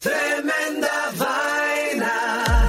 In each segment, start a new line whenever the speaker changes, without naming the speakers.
Tremenda vaina.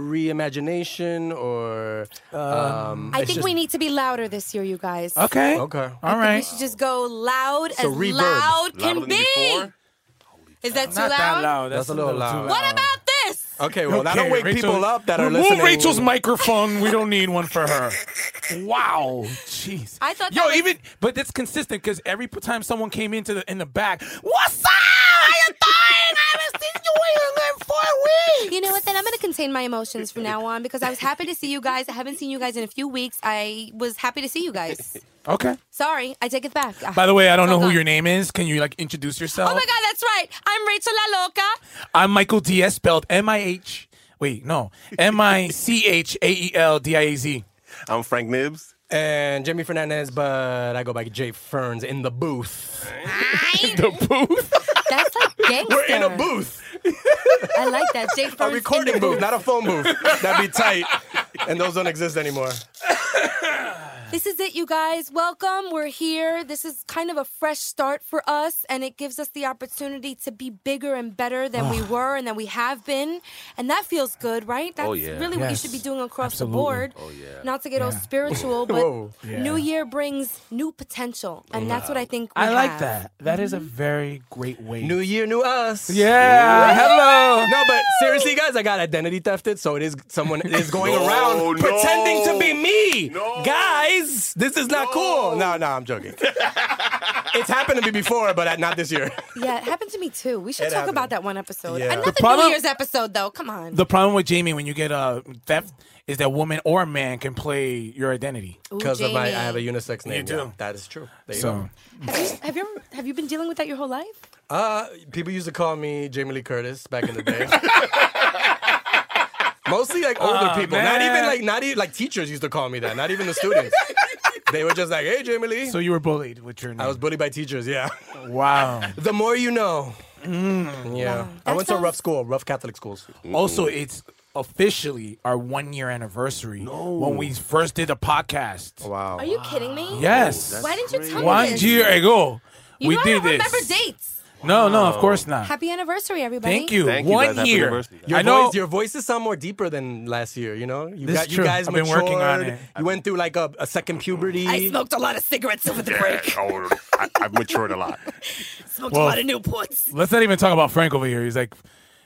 reimagination or um,
I
it's
think
just-
we need to be louder this year, you guys.
Okay.
Okay.
All
We
right.
should just go loud
So
as
reverb.
loud
Louder
can
than
be.
before?
Is that too
Not that loud.
That's a little loud.
too
What about this?
Okay, well that'll
Okay,
wake
Rachel-
people up that are
Remove
listening.
Rachel's microphone. We don't need one for her. Wow, jeez.
I thought
Yo,
that was-
even but it's consistent because every time someone came into the in the back, what's up? How you doing? I haven't seen you in four weeks.
You know what? Then I'm going to contain my emotions from now on because I was happy to see you guys. I haven't seen you guys in a few weeks. I was happy to see you guys.
Okay.
Sorry, I take it back.
By the way, I don't know
Hold
who
on.
your name is. Can you like introduce yourself?
Oh
uh,
my God, that's right. I'm Rachel La Loca.
I'm Michael Diaz, spelled M I H. Wait, no, M I C H A E L D I A Z.
I'm Frank Nibs.
and Jimmy Fernandez, but I go by Jay Ferns in the booth.
The booth.
That's like gangster.
We're in a booth,
I like that. Jay
a
Ferns
recording
in the
booth, not a phone booth. That'd be tight. And those don't exist anymore.
This is it, you guys. Welcome. We're here. This is kind of a fresh start for us, and it gives us the opportunity to be bigger and better than we were and than we have been. And that feels good, right? That's
Oh, yeah.
really what you
Yes.
should be doing across the
Absolutely.
board.
Oh, yeah.
Not to get all spiritual, but
Whoa. Yeah.
New Year brings new potential, and that's what I think we
I like
have.
that. That is a very great way.
New year, new us.
Yeah, hello.
No, but seriously, guys, I got identity thefted, so it is someone is going around
no.
pretending to be me.
No.
Guys, this is not cool. No, no, I'm joking. it's happened to me before, but not this year.
Yeah, it happened to me too. We should talk about that one episode.
Yeah. The
Another
problem-
New Year's episode, though. Come on.
The problem with Jamie when you get uh, theft is that woman or man can play your identity.
Ooh,
Because of my, I
Jamie.
have a unisex name.
do.
yeah. that is true. There you
So
Have you, have you ever, have you been dealing with that your whole life?
go. Uh, people used to call me Jamie Lee Curtis back in the day. Mostly like older
Aw,
people. Not
man.
even like not even like teachers used to call me that. Not even the students. they were just like, "Hey, Jamie Lee."
so you were bullied with your name.
I was bullied by teachers. Yeah.
wow.
The more you know.
Mm.
Yeah. I
That
went to a rough
sounds-
school, rough Catholic schools.
Also, it's officially our one year anniversary when we first did the podcast.
Oh, Wow.
Are you kidding me?
Yes.
Why didn't you tell me
One
this?
year ago,
You
we
know I
did
don't
this.
remember dates.
No, no, of course not.
Happy anniversary, everybody.
Thank you.
Thank you,
One
guys. Happy
year.
anniversary.
Your
I know.
voice, your voices sound more deeper than last year. You know, you,
This
got,
is
you
true.
guys
I've been working on
matured.
it.
You went through like a, a second puberty.
I smoked a lot of cigarettes over the break.
Oh, I, I've matured a lot.
Smoked a
Well-
lot of Newports.
Let's not even talk about Frank over here. He's like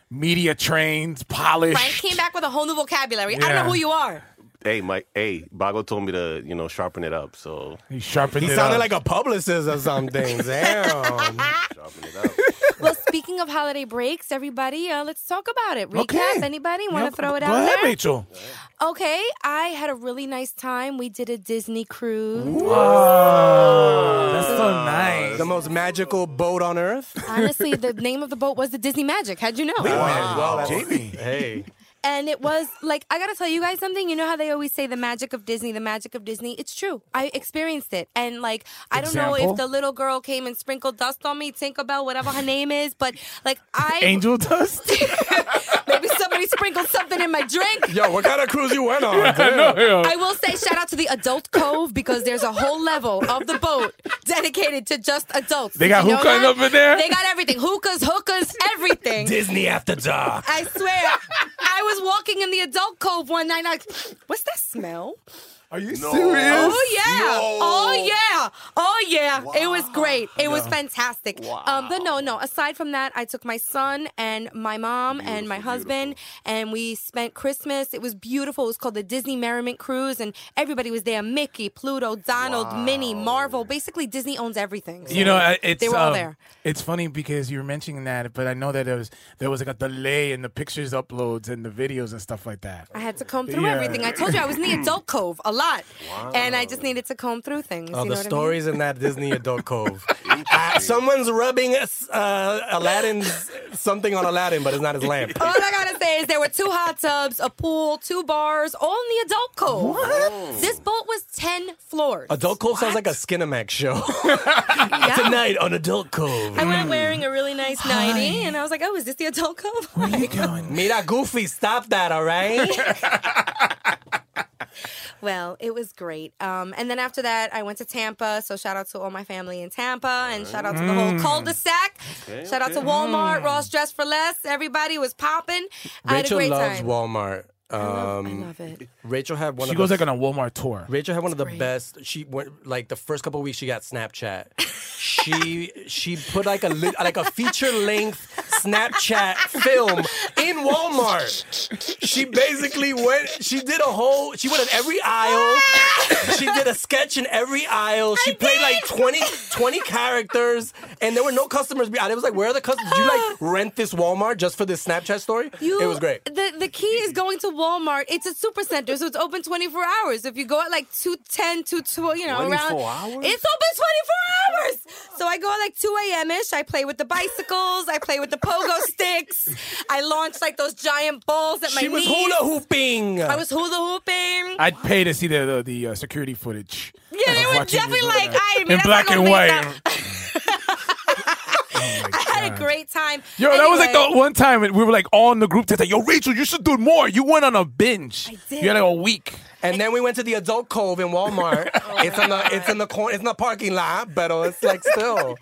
media trained, polished.
Frank came back with a whole new vocabulary. I don't know
Yeah.
who you are.
Hey, Mike. Hey, Bago told me to, you know, sharpen it up. So
He sharpened
He
it
sounded
up.
like a publicist or something. Damn.
sharpen it up.
Well, speaking of holiday breaks, everybody, uh, let's talk about it. Recap, anybody want
Yeah,
to throw it
go
out
ahead,
there?
Rachel.
Okay, I had a really nice time. We did a Disney cruise.
Wow. That's so nice.
the most magical boat on earth.
Honestly, the name of the boat was the Disney Magic. How'd you know?
Wow.
Jamie.
Hey.
And it was like, I gotta tell you guys something. You know how they always say the magic of Disney, the magic of Disney? It's true. I experienced it. And like, I don't know
Example?
if the little girl came and sprinkled dust on me, Tinkerbell, whatever her name is, but like, I.
Angel dust?
Maybe somebody sprinkled something in my drink.
Yo, what kind of cruise you went on? Damn.
I will say shout out to the adult cove because there's a whole level of the boat dedicated to just adults.
They
Did
got
you know
hookahs
that?
up in there?
They got everything. Hookahs, hookahs, everything.
Disney After Dark.
I swear. I was walking in the adult cove one night and I was, what's that smell?
Are you
No.
serious?
Oh yeah. Oh yeah. Oh yeah. It was great. It was fantastic. Um but no, no. Aside from that, I took my son and my mom and my husband and we spent Christmas. It was beautiful. It was called the Disney Merriment Cruise and everybody was there. Mickey, Pluto, Donald, Minnie, Marvel. Basically Disney owns everything. So
You know, I- it's
they were all
um,
there.
It's funny because you were mentioning that, but I know that there was there was like a delay in the pictures uploads and the videos and stuff like that.
I had to comb through
Yeah.
everything. I told you I was in the adult cove a lot. And I just needed to comb through things.
Oh,
you know
the
what I mean?
stories in that Disney adult cove. Uh, someone's rubbing uh, Aladdin's something on Aladdin, but it's not his lamp.
All I gotta say is there were two hot tubs, a pool, two bars, all in the adult cove. This boat was ten floors.
Adult Cove sounds like a Skinamax show.
Yeah.
Tonight on Adult Cove.
I went wearing a really nice nightie, and I was like, "Oh, is this the adult cove?"
Mira Goofy, stop that, all right?
well, it was great. Um, and then after that, I went to Tampa. So shout out to all my family in Tampa, and shout out to the whole
Mm.
cul-de-sac. shout out to Walmart, Ross Dress for Less. Everybody was popping. I had a
Rachel
great
loves
time.
Walmart. Um,
I love- I love it.
Rachel had one
She
of
goes
the,
like on a Walmart tour.
Rachel had one of the
great.
best. She went like the first couple weeks she got Snapchat. she she put like a li- like a feature length Snapchat film in Walmart. She basically went. She did a whole. She went in every aisle. she did a sketch in every aisle. She played like 20, 20 characters, and there were no customers. behind. It was like, where are the customers? Did you like rent this Walmart just for this Snapchat story?
You-
it was great.
The the key is going to Walmart. It's a supercenter, so it's open 24 hours. If you go at like 210, 212, you know, around.
24
It's
hours?
open 24 hours. So I go at like 2 a.m. ish. I play with the bicycles. I play with the pogo sticks. I launch like those giant balls at my
She was
knees.
hula hooping.
I was hula hooping.
I'd pay to see the the, the uh, security footage.
yeah, they
of
were
watching you
definitely
do
like,
that.
I
in black and white.
I had a great time.
Yo, that was like
Anyway.
the one time we were like all in the group that's like, yo, Rachel, you should do more. You went on a binge.
did.
You had like a week.
And then we went to the adult cove in Walmart. it's in the it's in the corner. It's not parking lot, but it's like still.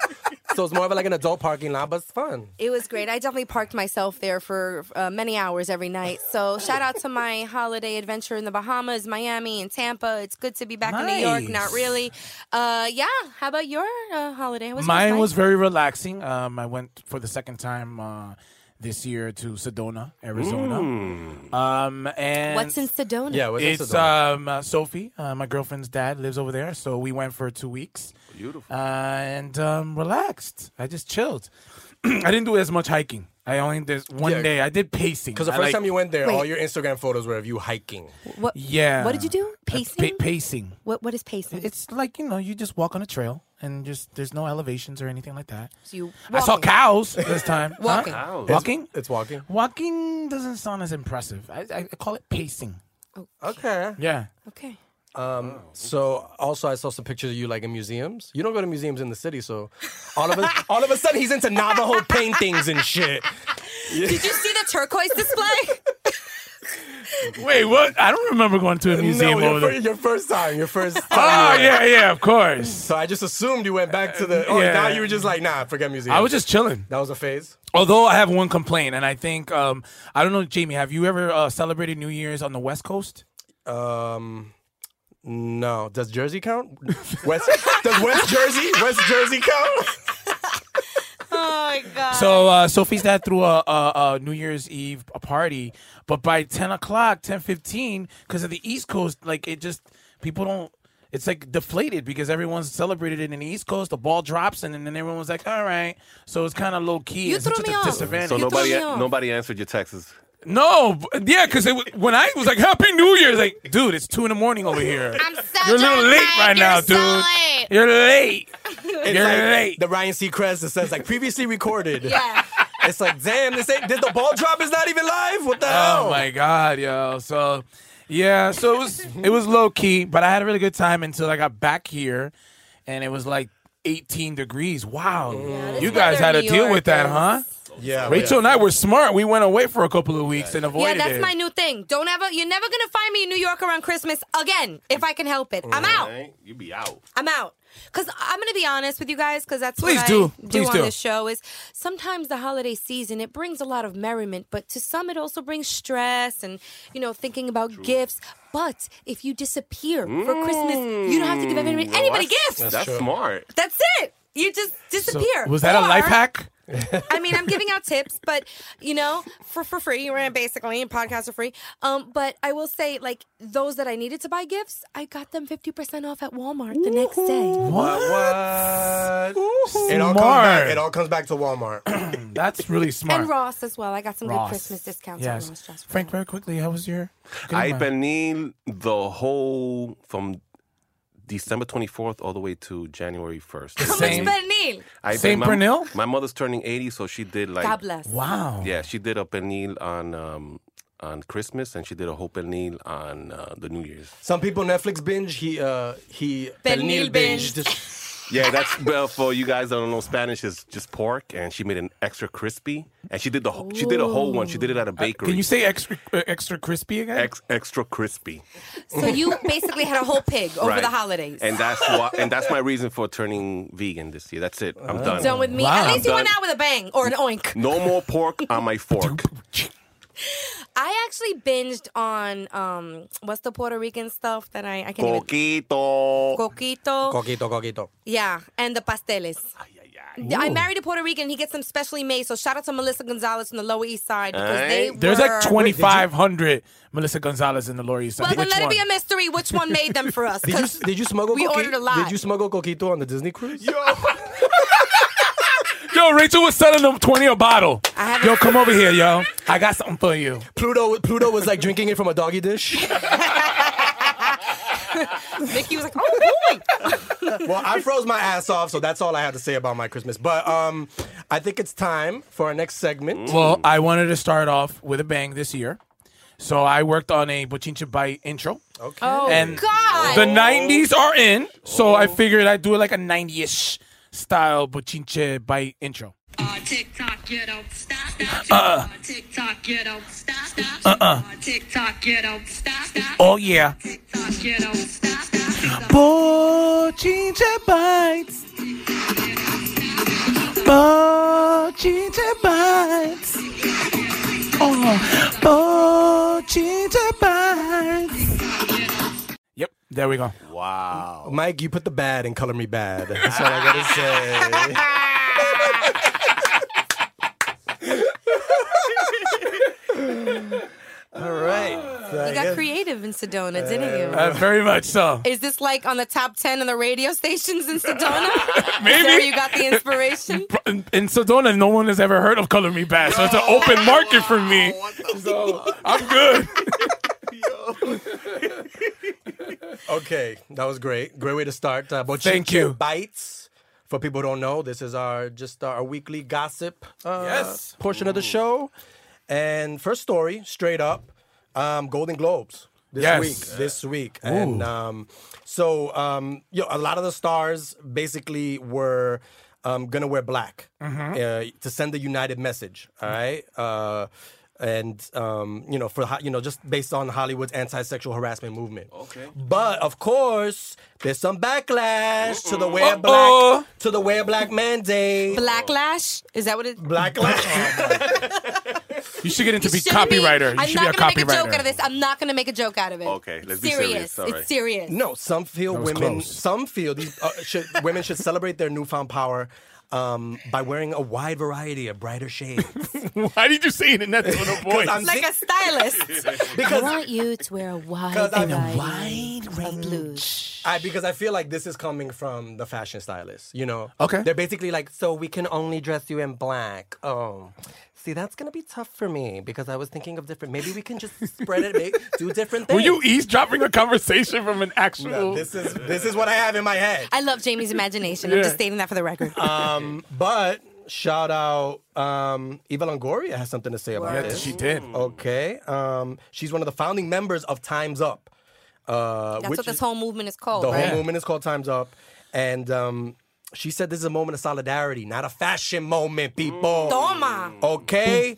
So it's more of like an adult parking lot, but it's fun.
It was great. I definitely parked myself there for uh, many hours every night. So shout out to my holiday adventure in the Bahamas, Miami, and Tampa. It's good to be back in New York. Not
Nice.
really. Uh, yeah. How about your uh, holiday? How was yours,
Mine
Mike?
was very relaxing. Um, I went for the second time uh, this year to Sedona, Arizona. Um, and
What's in Sedona?
Yeah, what's in
it's
Sedona?
um, uh, Sophie, uh, my girlfriend's dad, lives over there, so we went for two weeks.
Beautiful.
Uh, and um, relaxed. I just chilled. I didn't do as much hiking. I only did one
Yeah.
day. I did pacing
Because the
I
first
like-
time you went there, all
Wait.
your Instagram photos were of you hiking.
What,
yeah.
What did you do?
I pa-
Pacing.
pacing.
what What is pacing?
It's like you know, you just walk on a trail and just there's no elevations or anything like that.
So you
I saw
walking.
cows this time. Huh?
Walking.
Walking.
It's walking.
Walking doesn't sound as impressive. I, I call it pacing.
Okay.
Yeah.
Okay.
So also, I saw some pictures of you like in museums. You don't go to museums in the city, so all of a, all of a sudden he's into Navajo paintings and shit.
Did you see the turquoise display?
Wait, what? I don't remember going to a museum
no,
over
your,
there.
fir- your first time, your first time.
Oh
you went.
yeah, yeah, of course.
So I just assumed you went back to the. Oh,
Yeah.
now you were just like, nah, forget museum.
I was just chilling.
That was a phase.
Although I have one complaint, and I think um, I don't know, Jamie. Have you ever uh, celebrated New Year's on the West Coast?
Um, no. Does Jersey count? West does West Jersey West Jersey count?
Oh my god.
So uh, Sophie's dad threw a, a, a New Year's Eve a party, but by ten o'clock, ten fifteen, because of the East Coast, like it just people don't. It's like deflated because everyone's celebrated it in the East Coast. The ball drops and, then everyone was like, "All right." So it's kind of low key.
You
it's
threw
such
me
a
off.
disadvantage.
So
You
nobody
threw me off.
nobody answered your texts.
no, b- yeah, because when I was like, "Happy New Year's," like, dude, it's two in the morning over here.
I'm so
You're a little
drunk,
late
Mike.
right
You're
now,
so
dude.
late.
You're late.
It's
You're
like
late.
The Ryan Seacrest that says like previously recorded.
Yeah.
It's like, damn, this ain't. Did the ball drop is not even live? What the hell?
Oh my god, yo. So yeah, so it was it was low key, but I had a really good time until I got back here and it was like 18 degrees. Wow.
this
you guys
weather
had to
in New
deal
York
with that,
is-
huh?
Oh, Yeah.
Rachel and I were smart. We went away for a couple of weeks and
Yeah,
avoided
that's
it.
my new thing. Don't ever. You're never gonna find me in New York around Christmas again if I can help it. I'm out.
Right? You be out.
I'm out. Cause I'm gonna be honest with you guys, cause that's
Please
what I
do.
do
Please
on
do.
this show. Is sometimes the holiday season it brings a lot of merriment, but to some it also brings stress and you know thinking about gifts. But if you disappear for Christmas, you don't have to give anybody,
Well,
anybody
that's-
gifts.
That's smart.
That's it. You just
So,
disappear.
was that a life
Or-
hack?
I mean, I'm giving out tips, but you know, for for free, right? Basically, and podcasts are free. Um, but I will say, like those that I needed to buy gifts, I got them 50% off at Walmart the next day.
What?
It all, comes
Smart.
back, it all comes back to Walmart.
That's really smart.
And Ross as well. I got some
Ross.
good Christmas discounts
Yes.
on Ross. Just for
Frank,
you.
very quickly, how was your
I
Good
Benin the whole from December 24th all the way to January 1st.
How
Same.
much Benil?
I did-
Saint
my-
Pernil?
My mother's turning 80, so she did like
God bless.
Wow.
yeah, she did a penil on um on Christmas and she did a whole penil on uh, the New Year's.
Some people Netflix binge. He uh he
Pernil
Pernil binged.
Yeah, that's well for you guys that don't know Spanish is just pork and she made an extra crispy and she did the wh- she did a whole one. She did it at a bakery.
Uh, Can you say extra uh, extra crispy again?
Ex- extra crispy
So you basically had a whole pig over
Right.
the holidays.
and that's why and that's my reason for turning vegan this year that's it i'm done
Done with me.
Wow.
At least you
I'm
went
done.
out with a bang or an oink.
no more pork on my fork
I actually binged on um, what's the Puerto Rican stuff that I I can't even.
Coquito.
Coquito.
Coquito, coquito.
Yeah, and the pasteles. I married a Puerto Rican. and He gets them specially made. So shout out to Melissa Gonzalez from the Lower East Side because they
Aight.
There's
were-
like 2,500 Melissa Gonzalez in the Lower East Side.
Well, then
Which
let
one?
it be a mystery which one made them for us.
Did
'cause
you, did you smuggle?
We
coqui-
ordered a lot.
Did you smuggle coquito on the Disney cruise?
Yo, Rachel was selling them 20 a bottle.
I haven't-
Yo, come over here, yo. I got something for you.
Pluto Pluto was like drinking it from a doggy dish.
Mickey was like, "Oh boy,
well, I froze my ass off, so that's all I had to say about my Christmas. But um, I think it's time for our next segment.
Well, I wanted to start off with a bang this year. So I worked on a Bochincha Bite intro.
Okay.
oh
And
God!"
The 90s are in, so I figured I'd do like a 90-ish style Bochinche Bite intro. Uh-uh.
Uh, TikTok, you don't stop, stop. Uh, TikTok, you don't stop, stop. Uh-uh. TikTok, you don't stop, stop.
Oh yeah.
TikTok, you don't stop, stop.
Bochinche bites. Bochinche bites. Oh, bochinche bites. Yep, there we go.
Wow.
Mike, you put the bad in color me bad. That's what I gotta say. All right. So I
You got
guess-
creative in Sedona, didn't you?
Uh, very much so.
Is this like on the top 10 on the radio stations in Sedona? Maybe. where you got the inspiration?
In, in Sedona, no one has ever heard of Color Me Bad, so it's an open market for me. So I'm good.
Okay, that was great. Great way to start. Uh, Bochinche
Thank you.
Bites. For people who don't know, this is our just our weekly gossip uh,
Yes.
portion of the show. And first story, straight up, um, Golden Globes this
Yes.
week. This week, and um, so um, you know, a lot of the stars basically were um, gonna wear black uh, to send the united message. All right. Uh, and um, you know, for ho- you know, just based on Hollywood's anti-sexual harassment movement. Okay. But of course, there's some backlash to the wear
Uh-oh.
black to the wear black mandate.
Blacklash? Is that what it
Blacklash.
You should get into be
You shouldn't
copywriter.
I'm
you should
not
be
gonna
a
make a joke out of
copywriter.
this. I'm not gonna make a joke out of it.
Okay, let's be serious, all right.
It's serious.
no, some feel
was
women.
close.
Some feel these uh, should, women should celebrate their newfound power. Um, by wearing a wide variety of brighter shades,
Why did you say it in that tone of voice?
I'm
Like a stylist. I
because
want you to wear a wide
'Cause I'm-
variety of blues.
I because I feel like this is coming from the fashion stylist, you know.
Okay.
They're basically like, so we can only dress you in black. Oh. See, that's gonna be tough for me because I was thinking of different maybe we can just spread it, make, do different things.
Were you eavesdropping a conversation from an actual?
No, this is this is what I have in my head.
I love Jamie's imagination. I'm
Yeah.
just stating that for the record.
But shout out um Eva Longoria has something to say about
Yeah,
this.
she did.
Oh. Okay. Um she's one of the founding members of Time's Up. Uh
That's
which
what this
is-
whole movement is called,
The
right?
whole movement is called Time's Up. And um, she said this is a moment of solidarity, not a fashion moment, people.
Mm. Toma.
Okay.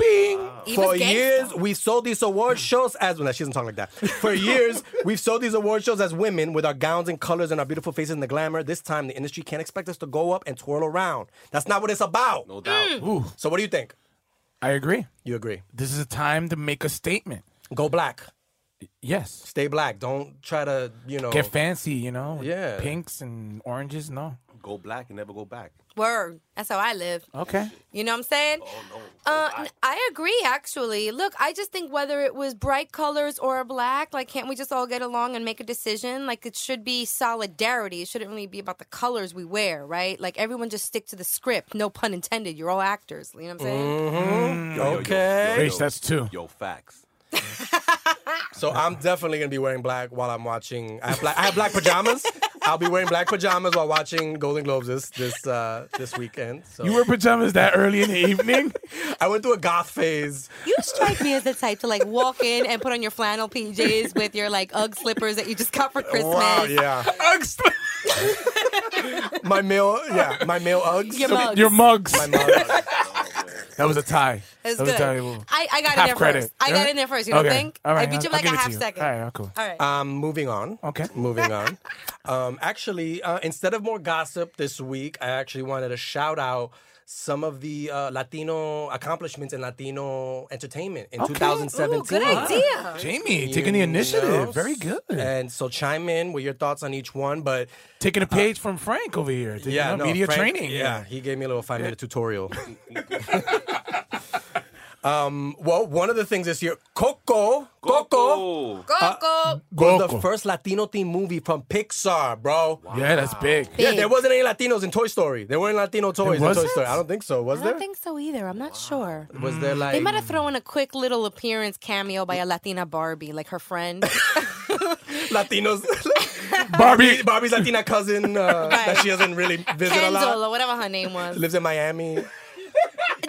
Even
For
gangsta.
years, we sold these award shows as well. She doesn't talk like that. For years, we've sold these award shows as women with our gowns and colors and our beautiful faces and the glamour. This time, the industry can't expect us to go up and twirl around. That's not what it's about.
No
Mm.
doubt.
So, what do you think?
I agree.
You agree?
This is a time to make a statement.
Go black.
Yes.
Stay black. Don't try to, you know.
Get fancy, you know. with
Yeah.
Pinks and oranges. No.
Go black and never go back.
Word. That's how I live.
Okay.
You know what I'm saying?
Oh,
Uh, n- I agree, actually. Look, I just think whether it was bright colors or black, like, can't we just all get along and make a decision? Like, it should be solidarity. It shouldn't really be about the colors we wear, right? Like, everyone just stick to the script. No pun intended. You're all actors. You know what I'm
Mm.
saying?
Okay.
Grace, that's two.
Yo, facts.
So I'm definitely gonna be wearing black while I'm watching. I have black, I have black pajamas. I'll be wearing black pajamas while watching Golden Globes this this uh, this weekend. So
You wear pajamas that early in the evening?
I went through a goth phase.
You strike me as the type to, like, walk in and put on your flannel PJs with your, like, Ugg slippers that you just got for Christmas.
Wow, yeah. My male, yeah, my male Uggs.
Your mugs.
Your mugs.
My male Uggs.
That was a tie.
That's
that was a tie.
good. I, I got
Half
in there
credit.
first. I got
Yeah?
in there first. You don't
Okay.
think?
All right,
I beat you
I'll
by, like
give
a
it to
half
you.
second.
All right, cool.
All right.
Um, moving on.
Okay.
Moving on. Um, actually, uh, instead of more gossip this week, I actually wanted to shout out some of the uh, Latino accomplishments in Latino entertainment in
Ooh,
2017.
good idea.
Jamie,
You
taking the initiative.
know? eh,
Very good.
And so chime in with your thoughts on each one. But
taking a page from Frank over here. Taking,
uh, yeah,
you know,
no,
media
Frank-
training.
Yeah, he gave me a little five minute tutorial. um, well, one of the things this year, Coco,
Coco.
Coco,
Coco.
was the
Coco.
first Latino themed movie from Pixar, bro.
Yeah, that's big.
Yeah, there wasn't any Latinos in Toy Story. There weren't Latino toys in Toy
wasn't?
Story. I don't think so. Was
I
there?
don't think so either. I'm not sure.
was there like?
They might have thrown a quick little appearance cameo by a Latina Barbie, like her friend.
Latinos.
Barbie.
Barbie's Latina cousin uh, that she doesn't really visit a
Kendall
lot.
or whatever her name was.
Lives in Miami.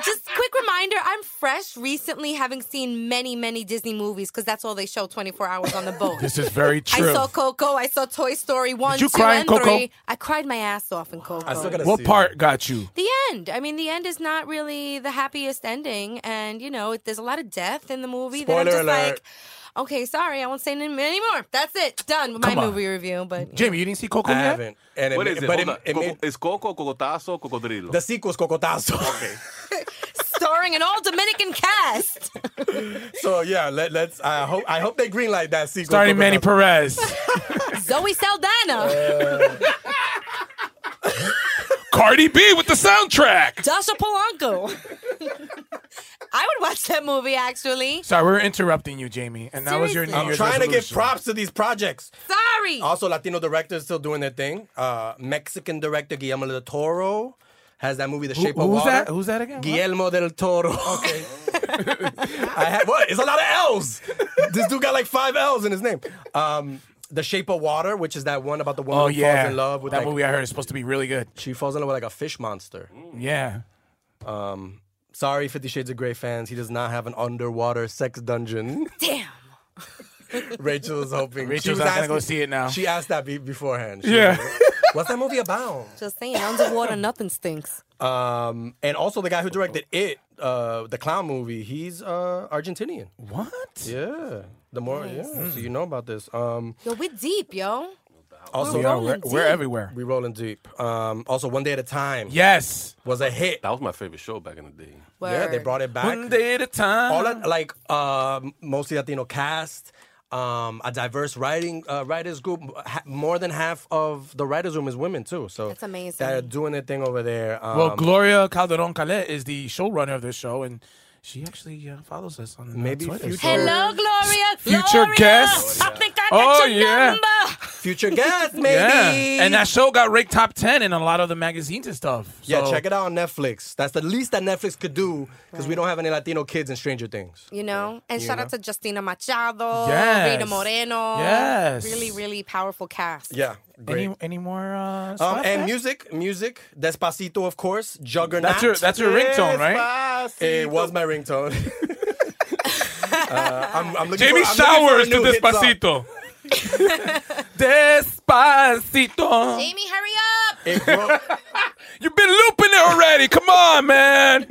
Just quick reminder, I'm fresh recently having seen many, many Disney movies because that's all they show 24 hours on the boat.
This is very
I
true.
saw Coco. I saw Toy Story 1,
you
2,
cry in
and
Coco?
3. I cried my ass off in Coco.
I still gotta
what
see
part got you?
the end. I mean, the end is not really the happiest ending. And, you know, it, there's a lot of death in the movie that I'm
Spoiler
just
alert.
like, okay, sorry, I won't say any- anymore. That's it. Done with my
Come on.
movie review. But
Jamie, you didn't see Coco
It. I
yet?
haven't. And it,
What
ma-
is it?
But
Hold
it,
on.
it
Coco-
made,
is Coco, Cocotazo, Cocodrilo?
the sequel's Cocotazo. Okay.
starring an all Dominican cast.
so yeah, let, let's. I hope I hope they greenlight that sequel.
Starting Manny
Cocotazo.
Perez.
Zoe Saldana.
Cardi B with the soundtrack.
Dasha Polanco. I would watch that movie actually.
Sorry, we're interrupting you, Jamie. And that was your New
Seriously. I'm
Year's
Trying to give
resolution.
props to these projects.
Sorry.
Also, Latino directors still doing their thing. Uh, Mexican director Guillermo del Toro has that movie, The Shape of
who's
Water.
that? Who's that again? What?
Guillermo del Toro. Okay. I had what? It's a lot of L's. This dude got like five L's in his name. Um, the Shape of Water, which is that one about the woman
Oh
who
yeah,
falls in love with
that
like,
movie I heard is supposed to be really good.
She falls in love with like a fish monster.
Yeah.
Sorry, Fifty Shades of Grey fans, he does not have an underwater sex dungeon.
Damn.
Rachel is hoping. She
Rachel's
was
not gonna go
asking-
see it now.
She asked that be- beforehand. She
Yeah.
was like, What's that movie about?
Just saying, underwater nothing stinks.
Um, and also the guy who directed
Oh,
it, uh, the clown movie, he's uh, Argentinian.
What?
Yeah, the more yeah, so
Mm.
you know about this. Um,
Yo, we're deep, yo.
also
We
We're
are.
rolling
Oh, We're, we're
deep.
everywhere.
we rolling deep. Um, also one day at a time.
Yes.
was a hit.
That was my favorite show back in the day.
Yeah, they
Word.
brought it back.
One day at a time.
All that, like uh, mostly Latino cast. Um, a diverse writing uh, writers group. Ha- more than half of the writers room is women too. So
That's amazing.
They're doing their thing over there. Um,
well, Gloria Calderon Calette is the showrunner of this show, and she actually uh, follows us on uh,
Maybe
Twitter.
future-
so-
Hello, Gloria.
Future
Gloria.
guests.
I think I got
Oh,
your
yeah.
number.
future guest, maybe.
Yeah, and that show got ranked top ten in a lot of the magazines and stuff.
Yeah,
so-
check it out on Netflix. That's the least that Netflix could do because we don't have any Latino kids in Stranger Things.
You know, and shout out to Justina Machado,
Yes.
Rita Moreno.
Yes.
Really, really powerful cast.
Yeah, great.
Any, any more? Uh,
um, and
Spotify?
music, music, Despacito, of course, Juggernaut.
That's your that's your ringtone, right?
It was my ringtone. uh, I'm, I'm looking
Jamie
for, I'm looking for a
Showers to
new hit song.
Despacito. Despacito.
Amy, hurry up.
It broke-
You've been looping it already. Come on, man.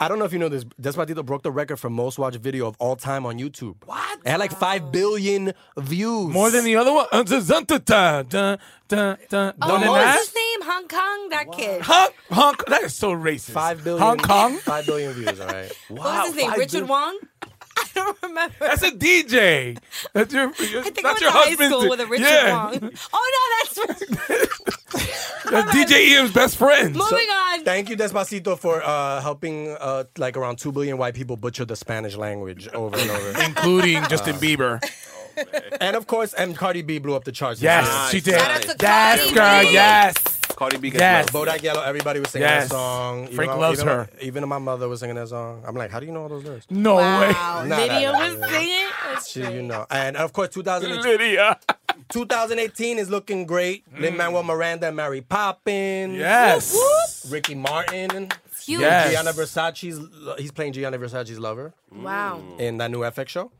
I don't know if you know this. Despacito broke the record for most watched video of all time on YouTube. What? It had like five billion views.
More than the other one. Uh, dun, dun, dun, dun, dun, dun, dun.
Oh,
Dun,
what
dun,
was
dun.
his name? Hong Kong, that kid.
Honk, honk. That is so racist.
five billion.
Hong Kong.
Five billion views. All right.
what was his name?
five
Richard
billion-
Wong? I don't remember.
That's a DJ. That's your. your
I think
that's
I went to
your
high
husband's
school
di-
with a Richard
yeah.
Wong. Oh no, that's
That's DJ Ian's best friend.
moving on.
Thank you, Despacito, for uh, helping uh, like around two billion white people butcher the Spanish language over and over.
Including Justin Bieber.
and of course, and Cardi B blew up the charts. this
Yes,
year.
she did.
Shout out to
Yes,
Cardi
girl.
B.
Yes.
Cardi B gets
Yes.
love.
Bodak Yellow, everybody was singing
Yes.
that song. Even
Frank
my-
loves
even my-
her.
even my mother was singing that song. I'm like, how do you know all those lyrics?
No
Wow,
Nah, nah,
Lydia
nah,
was
nah.
singing. That's
She,
great.
you know. And of course,
way.
2018,
Lydia.
2018 is looking great. Lin Manuel Miranda and Mary Poppins.
Mm. Yes.
Ricky Martin.
Huge.
Yes.
Gianna Versace's, he's playing Gianna Versace's lover
Wow.
Oh.
in that new FX show.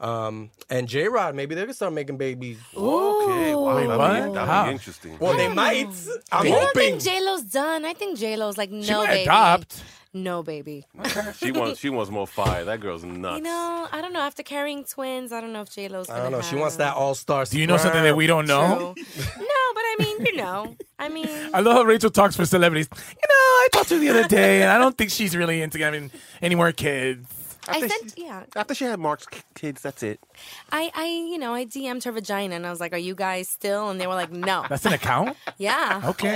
Um, and J Rod, maybe they can start making babies.
Okay, wow, that'd,
what?
be, that'd
How?
be interesting.
Well, they might. I'm
I don't
hoping.
think J Lo's done. I think J Lo's like no
might
baby.
adopt.
No baby.
She wants she wants more fire. That girl's nuts.
You know, I don't know. After carrying twins, I don't know if J Lo's.
I don't know. She wants that all star.
Do you know something that we don't know?
No, but I mean, you know, I mean,
I love how Rachel talks for celebrities. You know, I talked to her the other day, and I don't think she's really into having any more kids.
I sent, yeah,
After she had Mark's k- kids, that's it.
I, I, you know, I DM'd her vagina, and I was like, "Are you guys still?" And they were like, "No."
That's an account?
Yeah.
Okay.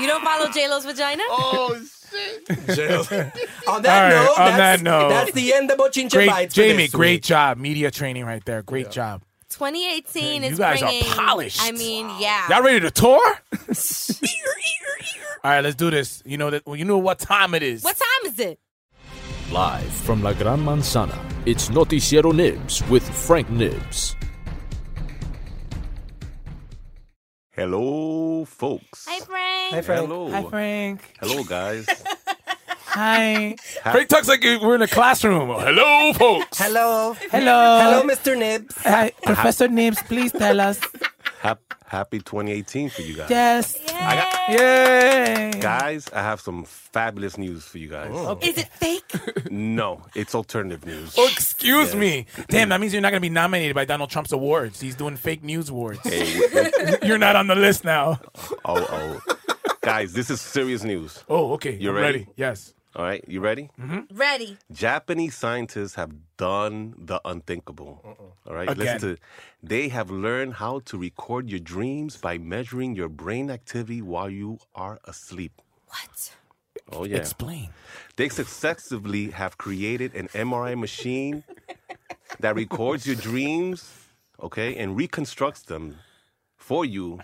You don't follow J Lo's vagina?
Oh.
on that
All right,
note,
on
that's,
that note.
that's the end of Bochinche
Great,
Bites. for
Jamie.
this
Great
week.
job, media training right there. Great job.
2018
Yeah, you
is
guys are
bringing.
polished.
I mean, yeah.
Y'all ready to tour? All right, let's do this. You know that. Well, you know what time it is.
What time is it?
Live from La Gran Manzana, it's Noticiero Nibs with Frank Nibs.
Hello, folks.
Hi, Frank.
Hey, Frank.
Hello.
Hi, Frank.
Hello, guys.
Hi. Frank talks like we're in a classroom. Hello, folks.
Hello.
Hello.
Hello, Mr. Nibs.
Hi, Professor Nibs, please tell us.
Hap- Happy 2018 for you guys.
Yes.
I got-
Yay.
Guys, I have some fabulous news for you guys.
Is it fake?
No, it's alternative news.
Oh, excuse
Yes.
me. Damn, that means you're not going to be nominated by Donald Trump's awards. He's doing fake news awards.
Hey, wait, wait.
You're not on the list now.
oh, oh. Guys, this is serious news.
Oh, okay.
You
I'm
ready?
Yes.
All right, you ready?
Mm-hmm.
Ready.
Japanese scientists have done the unthinkable. All right,
Uh-uh. Again.
listen to. They have learned how to record your dreams by measuring your brain activity while you are asleep.
What?
Oh yeah.
Explain.
They successively have created an MRI machine that records your dreams, okay, and reconstructs them for you,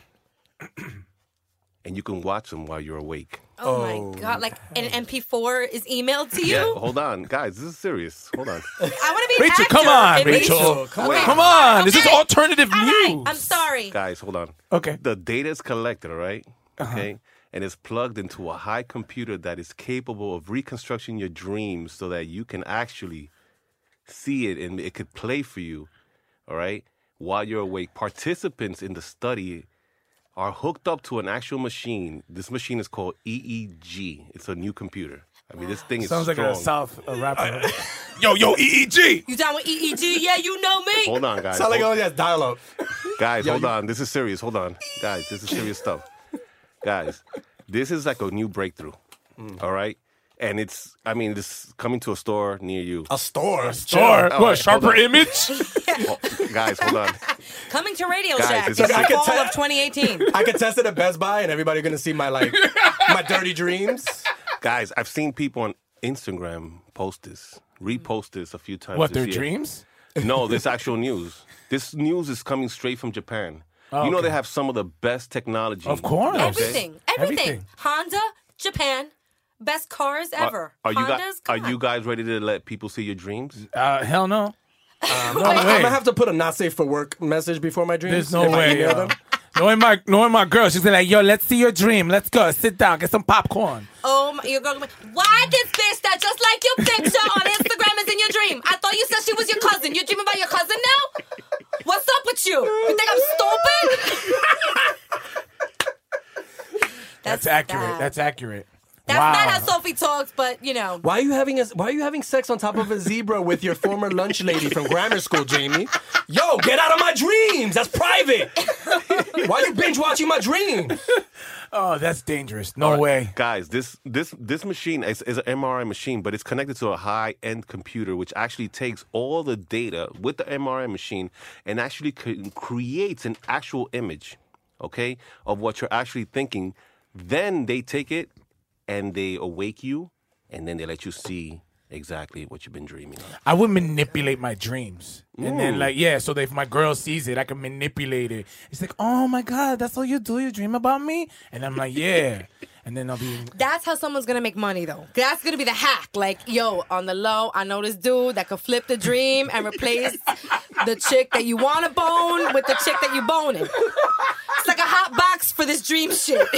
and you can watch them while you're awake.
Oh, my god! Like an MP4 is emailed to you.
Yeah, hold on, guys. This is serious. Hold
I
on.
want to be
Rachel,
actor.
come on,
It makes-
Rachel.
come
Okay.
Come on. This is
Okay.
alternative
All right,
news.
I'm sorry.
guys, hold on.
Okay.
The data is collected, all right?
Uh-huh.
Okay. And it's plugged into a high computer that is capable of reconstructing your dreams so that you can actually see it and it could play for you, all right? While you're awake. Participants in the study are hooked up to an actual machine. This machine is called EEG. It's a new computer. I mean, this thing is
Sounds like
strong.
a South uh, rapper. yo, yo, E EEG.
You down with EEG? Yeah, you know me.
Hold on, guys.
Sound like
Hold-
all that dial up.
Guys, hold on. This is serious. Hold on. Guys, this is serious stuff. Guys, this is like a new breakthrough.
Mm.
All right? And it's, I mean, this coming to a store near you.
Oh.
A store. A
Or
All
what?
right,
sharper
hold on.
image.
Oh, guys, hold on.
Coming to Radio
Guys,
Shack
it's
in
a- I
the
can
fall
tell-
of 2018.
I could test it at Best Buy, and everybody gonna see my like my dirty dreams.
Guys, I've seen people on Instagram post this, repost this a few times.
what?
this
Their
year.
dreams?
No, this actual news. This news is coming straight from Japan. you know
Oh, okay.
they have some of the best technology.
Of course.
Everything, everything.
Everything.
Honda, Japan, best cars
Are-
ever.
Are, you guys,
Hondas,
are
come
you
on.
guys ready to let people see your dreams?
Uh, hell no. Uh, no
I'm, I'm
way.
gonna have to put a not safe for work message before my
There's
dreams.
no
if I
way.
email
Yo.
them.
Knowing my knowing my girl, she's gonna be like, yo, let's see your dream. Let's go. Sit down, get some popcorn.
Oh my, you're going. Why this bitch that just like your picture on Instagram is in your dream? I thought you said she was your cousin. You dream about your cousin now? What's up with you? You think I'm stupid?
That's, accurate.
bad.
That's accurate.
That's
wow.
not how Sophie talks, but you know.
Why are you having a, Why are you having sex on top of a zebra with your former lunch lady from grammar school, Jamie? Yo, get out of my dreams. That's private. Why you binge watching my dreams?
oh, that's dangerous. No way.
guys this this this machine is, is an mri machine but it's connected to a high-end computer which actually takes all the data with the mri machine and actually c- creates an actual image okay of what you're actually thinking then they take it and they awake you and then they let you see exactly what you've been dreaming of
I would manipulate my dreams. And
Mm.
then like, yeah, so that if my girl sees it, I can manipulate it. It's like, oh my God, that's all you do? You dream about me? And I'm like, yeah. and then I'll be
That's how someone's gonna make money though. That's gonna be the hack. Like, yo, on the low, I know this dude that could flip the dream and replace the chick that you wanna bone with the chick that you boning. It's like a hot box for this dream shit.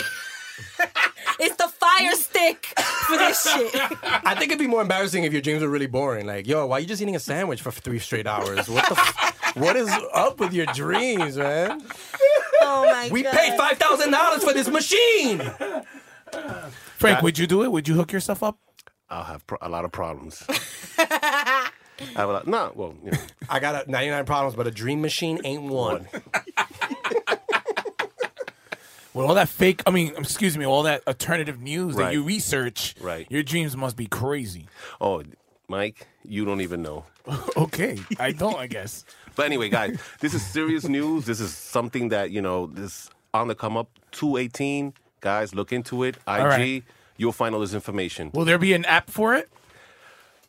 it's the fire stick for this shit.
I think it'd be more embarrassing if your dreams were really boring. Like, yo, why you just eating a sandwich for three straight hours? What the? F- what is up with your dreams, man?
Oh my
We
god.
paid five thousand dollars for this machine.
Frank, would you do it? Would you hook yourself up?
i'll have pro- a lot of problems i will not well you know,
I got a 99 problems, but a dream machine ain't one.
With all that fake, I mean, excuse me, all that alternative news that
Right.
you research,
Right.
your dreams must be crazy.
oh mike you don't even know
Okay, I don't, I guess.
But anyway, guys, this is serious news. This is something that you know this on the come up. Two eighteen, guys, look into it. IG,
right.
you'll find all this information.
Will there be an app for it?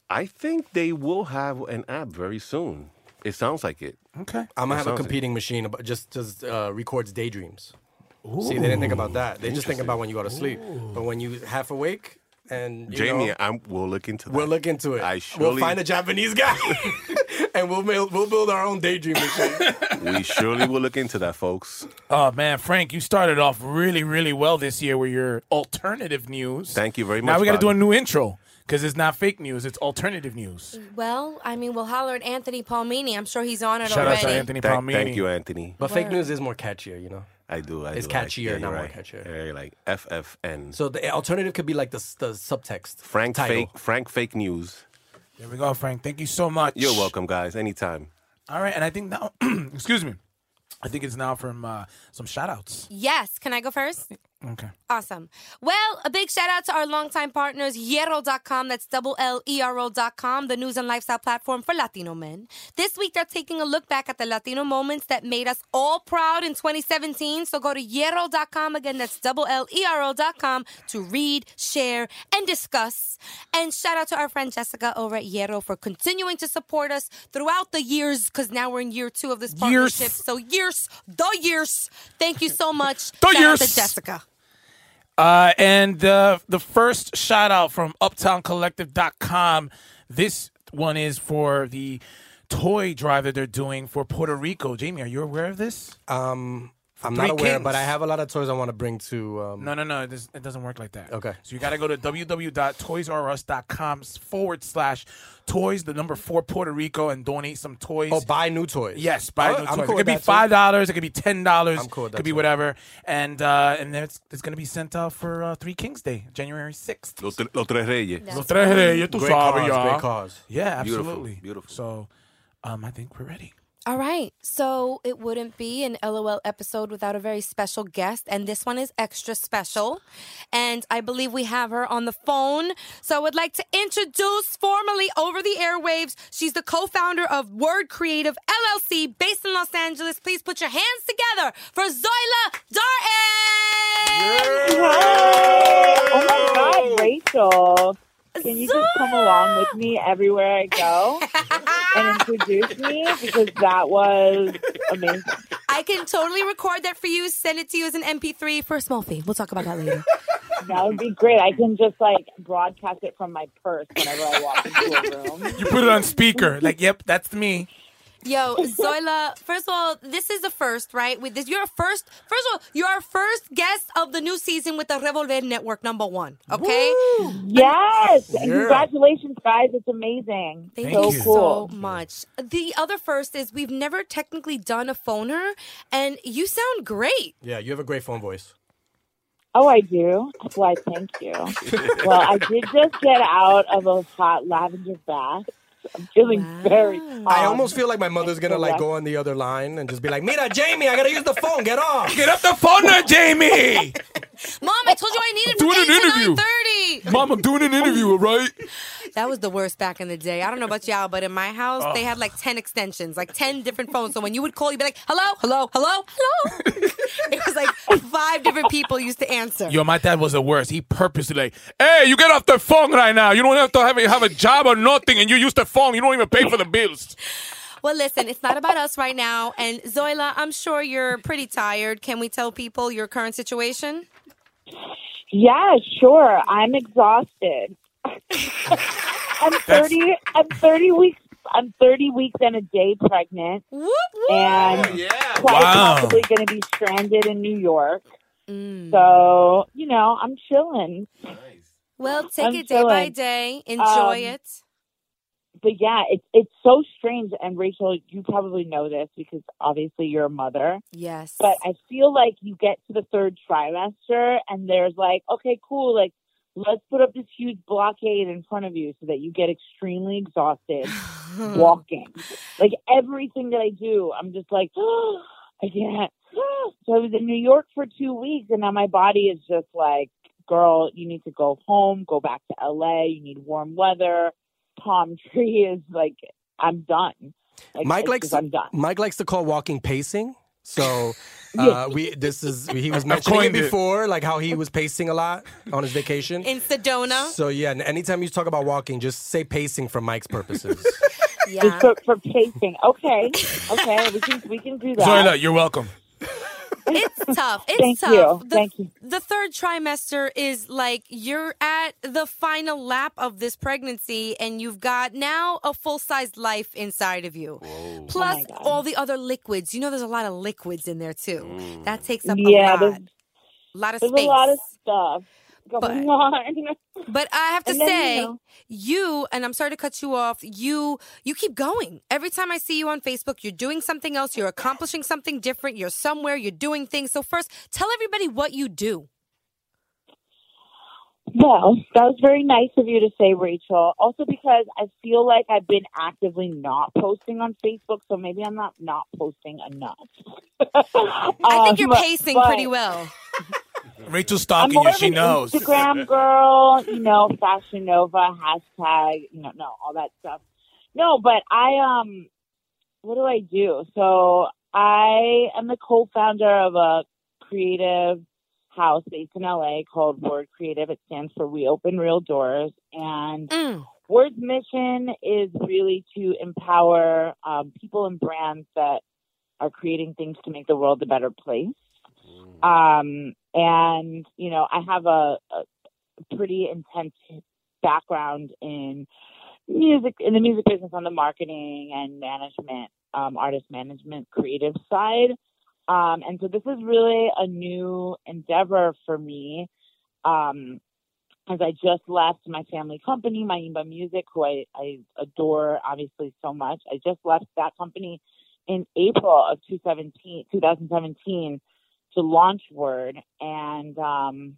I think they will have an app very soon. It sounds like it.
Okay.
I'm gonna have a
sounds
competing machine, about just just uh, records daydreams. See, they didn't think about that. They just think about when you go to sleep, but when you half awake and you
Jamie,
know,
I'm, we'll look into that.
we'll look into it.
I
we'll
surely-
find a Japanese guy, and we'll build, we'll build our own daydream machine.
we surely will look into that, folks.
Oh man, Frank, you started off really, really well this year with your alternative news.
Thank you very
Now
much,
we got to do a
Bobby.
new intro. because it's not fake news; it's alternative news.
Well, I mean, we'll holler at Anthony Palmini. I'm sure he's on it
Shout out
already.
to Anthony
Thank,
Palmini.
thank you, Anthony.
But fake news is more catchier, you know.
I do. I
It's
do like-
catchier,
yeah, you're
not more
right.
catchier.
Yeah, you're like FFN.
So the alternative could be like the s- the subtext.
Frank
title.
fake. Frank fake news.
There we go, Frank. Thank you so much.
You're welcome, guys. Anytime.
All right, and I think now, excuse me, I think it's now from uh, some shout outs.
Yes, can I go first?
Okay.
Awesome. Well, a big shout out to our longtime partners, Hierro.com, that's double L E R O.com, the news and lifestyle platform for Latino men. This week, they're taking a look back at the Latino moments that made us all proud in 2017. So go to Hierro.com, again, that's double L E R O.com, to read, share, and discuss. And shout out to our friend Jessica over at Hierro for continuing to support us throughout the years, because now we're in year two of this partnership. So, years, the years. Thank you so much.
The
shout out
years.
to Jessica.
Uh, and uh, the first shout out from UptownCollective.com. This one is for the toy drive that they're doing for Puerto Rico. Jamie, are you aware of this?
Um, I'm
Three
not aware,
kings.
but I have a lot of toys I want to bring to. Um,
No, no, no. It, does, it doesn't work like that.
Okay.
So you got to go to www.toysrus.com forward slash toys, the number four Puerto Rico, and donate some toys.
Oh, buy new toys.
Yes, buy
Oh,
new
I'm
toys.
cool
it could
with
be
that, too.
five dollars. It could be ten dollars.
I'm cool with
It
that,
could be
too.
whatever. And uh, and then it's, it's gonna be sent out for uh, Three Kings Day, January sixth.
Los, tre- los tres reyes.
Los tres reyes, tú
Great
sabes,
cause,
y'all.
great cause.
Yeah,
Beautiful,
absolutely.
beautiful.
So, um, I think we're ready.
All right. So it wouldn't be an LOL episode without a very special guest. And this one is extra special. And I believe we have her on the phone. So I would like to introduce formally over the airwaves. She's the co founder of Word Creative LLC based in Los Angeles. Please put your hands together for Zoila Darden.
Oh my God, Rachel. Can you just come along with me everywhere I go and introduce me? Because that was amazing.
I can totally record that for you, send it to you as an MP3 for a small fee. We'll talk about that later.
That would be great. I can just like broadcast it from my purse whenever I walk into a room.
You put it on speaker. like, yep, that's me.
Yo, Zoila, first of all, this is the first, right? With this, you're a first, first of all, you're our first guest of the new season with the Revolver Network, number one, okay?
Yes. Congratulations, guys. It's amazing.
Thank
so
you
cool.
so much. The other first is we've never technically done a phoner, and you sound great.
Yeah, you have a great phone voice.
Oh, I do. Why, thank you. well, I did just get out of a hot lavender bath. I'm feeling very calm.
I almost feel like my mother's gonna like go on the other line and just be like, "Mira, Jamie, I gotta use the phone. Get off."
Get up the phone, now, Jamie.
Mom, I told you I needed
Doing an
from
interview.
8 to 9.30.
Mom, I'm doing an interview, all right?
That was the worst back in the day. I don't know about y'all, but in my house, they had like 10 extensions, like 10 different phones. So when you would call, you'd be like, hello, hello, hello, hello. it was like five different people used to answer.
Yo, my dad was the worst. He purposely like, hey, you get off the phone right now. You don't have to have a, have a job or nothing, and you use the phone. You don't even pay for the bills.
Well, listen, it's not about us right now. And Zoila, I'm sure you're pretty tired. Can we tell people your current situation?
Yeah, sure. I'm exhausted. I'm thirty. I'm thirty weeks. I'm thirty weeks and a day pregnant,
Whoop, whoop.
and quite
Wow.
possibly going to be stranded in New York.
Mm.
So you know, I'm chilling.
Well, take
I'm
it day by
chilling.
day. Enjoy
Um,
it.
But yeah, it's it's so strange. And Rachel, you probably know this because obviously you're a mother.
Yes.
But I feel like you get to the third trimester, and there's like, okay, cool, like. Let's put up this huge blockade in front of you so that you get extremely exhausted walking. Like everything that I do, I'm just like, I can't. So I was in New York for two weeks, and now my body is just like, girl, you need to go home, go back to LA. You need warm weather. Palm tree is like, I'm done. Like,
Mike
it's
likes
just, I'm done.
Mike likes to call walking pacing. So uh, we this is he was mentioning it
coined it.
before, like how he was pacing a lot on his vacation.
In Sedona.
So yeah, and anytime you talk about walking, just say pacing for Mike's purposes.
yeah.
For, for pacing, okay, okay, we can we can do that.
Zoila, you're welcome.
It's tough. It's
Thank
tough.
you.
The,
Thank you.
The third trimester is like you're at the final lap of this pregnancy, and you've got now a full sized life inside of you.
Oh
Plus
my God.
all the other liquids. You know, there's a lot of
Mm.
liquids in there too. That takes up
yeah,
a lot.
there's,
lot of
there's
space.
a lot of stuff.
going on.
But I have to
And then, you
say, you,
know.
and I'm sorry to cut you off. You you keep going. Every time I see you on Facebook, you're doing something else. You're accomplishing something different. You're somewhere. You're doing things. So first, tell everybody what you do.
Well, that was very nice of you to say, Rachel. Also, because I feel like I've been actively not posting on Facebook, so maybe I'm not not posting enough.
I think you're
Um,
pacing
but
pretty well.
Rachel's
I'm
stalking
more
you.
of
She
an
knows.
Instagram girl, you know, Fashion Nova hashtag, you know, no, all that stuff. No, but I um, what do I do? So I am the co-founder of a creative house based in LA called Word Creative. It stands for We Open Real Doors, and Word's mission is really to empower um, people and brands that are creating things to make the world a better place. Um, and you know, I have a, a pretty intense background in music in the music business on the marketing and management, um, artist management, creative side. Um, and so this is really a new endeavor for me. Um, as I just left my family company, Maimba Music, who I, I adore obviously so much. I just left that company in April of 2017, 2017 to launch Word. And um,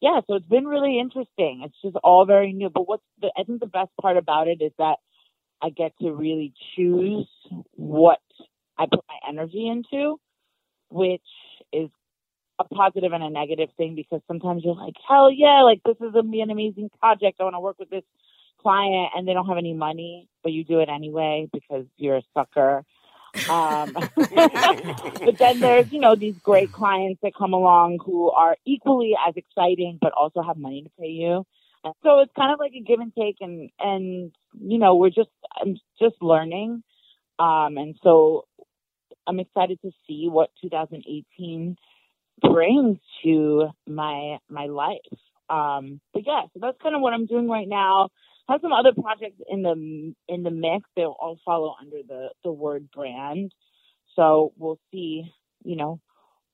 yeah, so it's been really interesting. It's just all very new. But what's the, I think the best part about it is that I get to really choose what I put my energy into, which is a positive and a negative thing because sometimes you're like, hell yeah, like this is gonna be an amazing project. I want to work with this client and they don't have any money, but you do it anyway because you're a sucker. Um, but then there's, you know, these great clients that come along who are equally as exciting but also have money to pay you. And so it's kind of like a give and take and, and, you know, we're just, I'm just learning. Um, and so I'm excited to see what 2018 brings to my my life. Um, but yeah, so that's kind of what I'm doing right now. I have some other projects in the in the mix. They'll all follow under the the word brand. So we'll see, you know,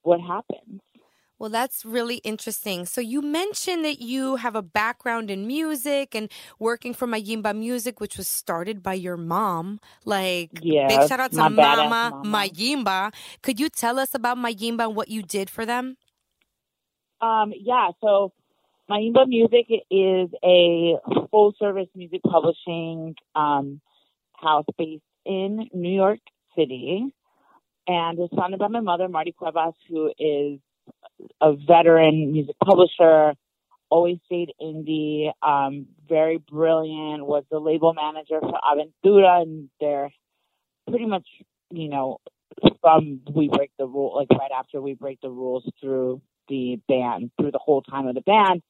what happens.
Well, that's really interesting. So you mentioned that you have a background in music and working for Mayimba Music, which was started by your mom. Like, big
Yes,
shout out to
my badass
Mama, Mayimba. Could you tell us about Mayimba and what you did for them?
Um, yeah, so Maimba Music is a full service music publishing um, house based in New York City. And it's founded by my mother, Marty Cuevas, who is a veteran music publisher, always stayed indie, um, very brilliant, was the label manager for Aventura, and they're pretty much, you know, from We Break the Rule, like right after We Break the Rules through the band, through the whole time of the band.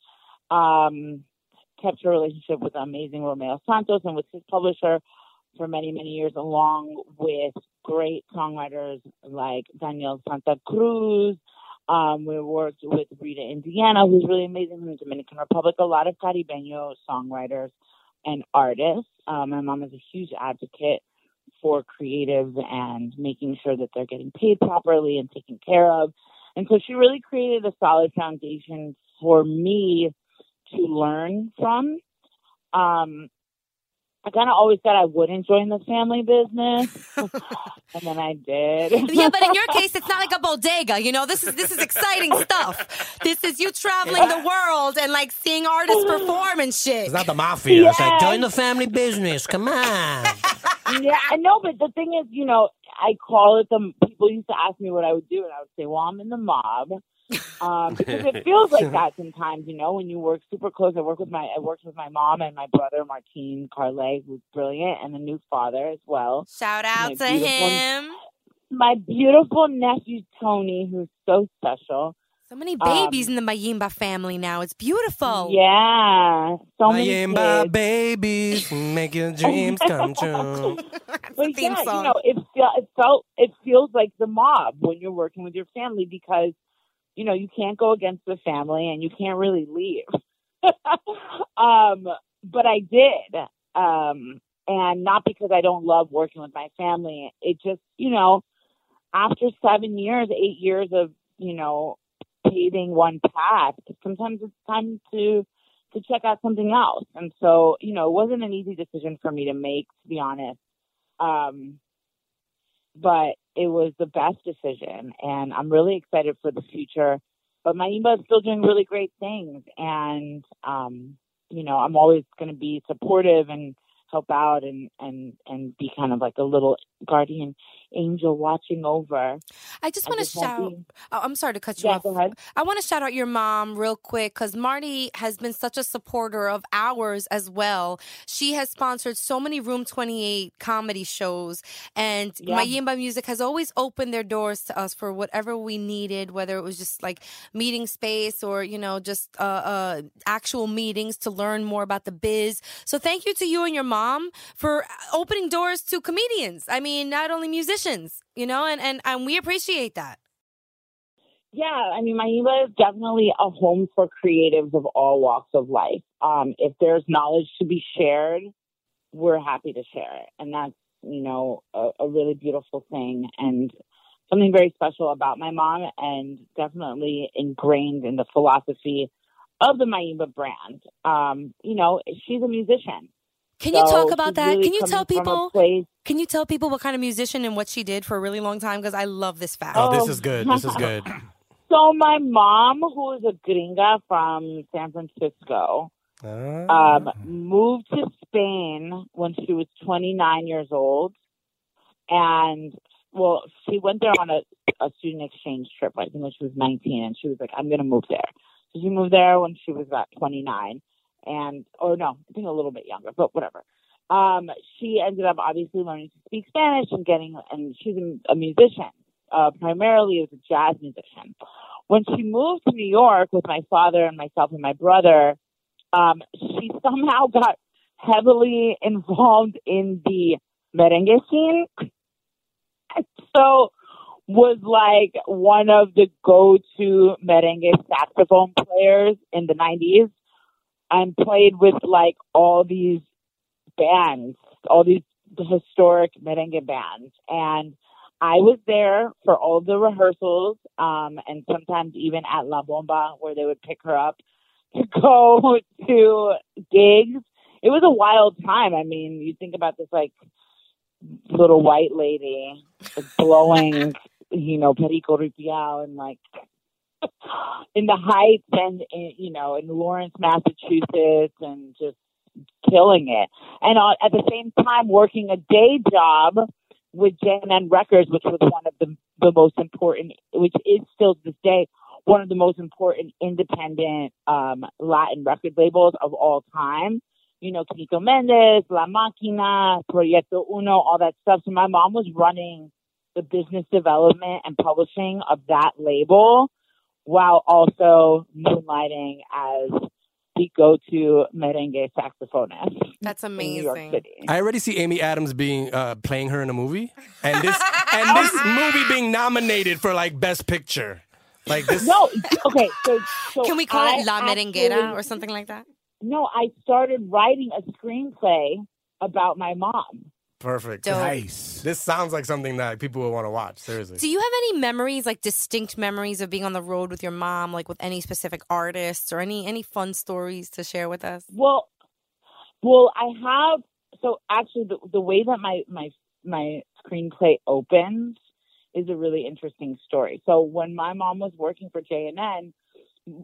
Um, kept a relationship with the amazing Romeo Santos and with his publisher for many, many years, along with great songwriters like Daniel Santa Cruz. Um, we worked with Rita Indiana, who's really amazing from the Dominican Republic, a lot of Caribeño songwriters and artists. Um, my mom is a huge advocate for creatives and making sure that they're getting paid properly and taken care of. And so she really created a solid foundation for me to learn from. Um, I kind of always said I wouldn't join the family business, and then I did.
Yeah, but in your case, it's not like a bodega. You know, this is this is exciting stuff. This is you traveling the world and like seeing artists
Oh.
perform and shit.
It's not the mafia. It's like,
Yes.
join the family business. Come on.
yeah, I know, but the thing is, you know, I call it the people used to ask me what I would do, and I would say, "Well, I'm in the mob," um, because it feels like that sometimes. You know, when you work super close, I work with my I worked with my mom and my brother Martin Carlay, who's brilliant, and the new father as well.
Shout out
My
to
beautiful-
him.
My beautiful nephew Tony, who's so special.
So many
Um,
babies in the Mayimba family now. It's beautiful.
Oh. Yeah, so many
Mayimba
kids. Oh
babies, make your dreams come true.
But
theme
yeah,
song.
you know, it, fe- it felt it feels like the mob when you're working with your family because you know you can't go against the family and you can't really leave. um, but I did, um, and not because I don't love working with my family. It just you know, after seven years, eight years of you know hating one path. Sometimes it's time to to check out something else. And so, you know, it wasn't an easy decision for me to make, to be honest. Um, but it was the best decision, and I'm really excited for the future. But my email is still doing really great things, and um, you know, I'm always going to be supportive and help out and and and be kind of like a little guardian angel watching over.
I just want to
just want
shout.
you-
Oh, I'm sorry to cut you
Yeah,
off.
go ahead.
I want to shout out your mom real quick because Marty has been such a supporter of ours as well. She has sponsored so many Room 28 comedy shows, and
Yeah.
Mayimba Music has always opened their doors to us for whatever we needed, whether it was just like meeting space or you know just uh, uh, actual meetings to learn more about the biz. So thank you to you and your mom for opening doors to comedians. I mean, not only musicians, you know, and and, and we appreciate that.
Yeah, I mean, Maima is definitely a home for creatives of all walks of life. Um, if there's knowledge to be shared, we're happy to share it, and that's you know a, a really beautiful thing and something very special about my mom, and definitely ingrained in the philosophy of the Maima brand. Um, you know, she's a musician.
Can you
So
talk about
she's
that?
really
Can you
coming
tell
from a
people?
place-
Can you tell people what kind of musician and what she did for a really long time? Because I love this fact.
Oh, this is good. This is good.
So my mom, who is a gringa from San Francisco,
Oh.
um, moved to Spain when she was 29 years old, and well, she went there on a, a student exchange trip. I think when she was 19, and she was like, "I'm going to move there." So she moved there when she was about 29, and or no, I think a little bit younger, but whatever. Um, she ended up obviously learning to speak Spanish and getting, and she's a, a musician, uh, primarily as a jazz musician. When she moved to New York with my father and myself and my brother, um, she somehow got heavily involved in the merengue scene. And so was like one of the go-to merengue saxophone players in the 90s and played with like all these bands, all these historic merengue bands. And I was there for all the rehearsals, um, and sometimes even at La Bomba where they would pick her up to go to gigs. It was a wild time. I mean, you think about this like little white lady blowing, you know, Perico Ripiao and like in the Heights and in, you know in Lawrence, Massachusetts, and just killing it. And uh, at the same time, working a day job with JNN Records, which was one of the the most important, which is still to this day one of the most important independent um, Latin record labels of all time. You know, Kiko Mendez, La Máquina, Proyecto Uno, all that stuff. So my mom was running the business development and publishing of that label while also moonlighting as the go-to merengue saxophonist.
That's
amazing. New York City.
I already see Amy Adams being uh, playing her in a movie, and this and this movie being nominated for like Best Picture. Like this.
No, okay. So, so
Can we call
I
it La
actually-
Merenguera or something like that?
No, I started writing a screenplay about my mom.
Perfect.
Dope.
Nice. This sounds like something that people would want to watch. Seriously.
Do you have any memories, like distinct memories of being on the road with your mom, like with any specific artists or any any fun stories to share with us?
Well, well, I have. So actually, the, the way that my my my screenplay opens is a really interesting story. So when my mom was working for JNN,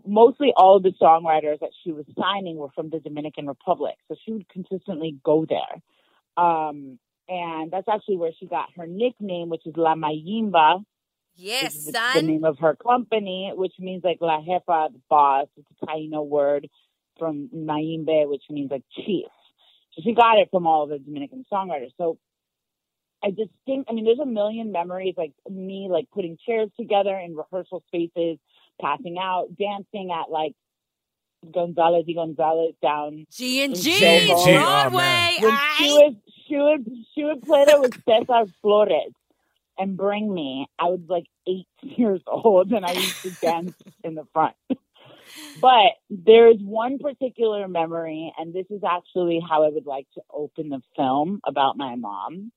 mostly all of the songwriters that she was signing were from the Dominican Republic. So she would consistently go there. Um, and that's actually where she got her nickname, which is La Mayimba.
Yes,
which is The name of her company, which means like La Jefa, the boss. It's a Taino word from Mayimbe, which means like chief. So she got it from all the Dominican songwriters. So I just think, I mean, there's a million memories like me, like putting chairs together in rehearsal spaces, passing out, dancing at like Gonzalez y Gonzalez down
G and
in
G,
oh,
Soho.
Broadway.
When she would, she would, she would play there with Cesar Flores and bring me. I was like eight years old, and I used to dance in the front. But there's one particular memory, and this is actually how I would like to open the film about my mom.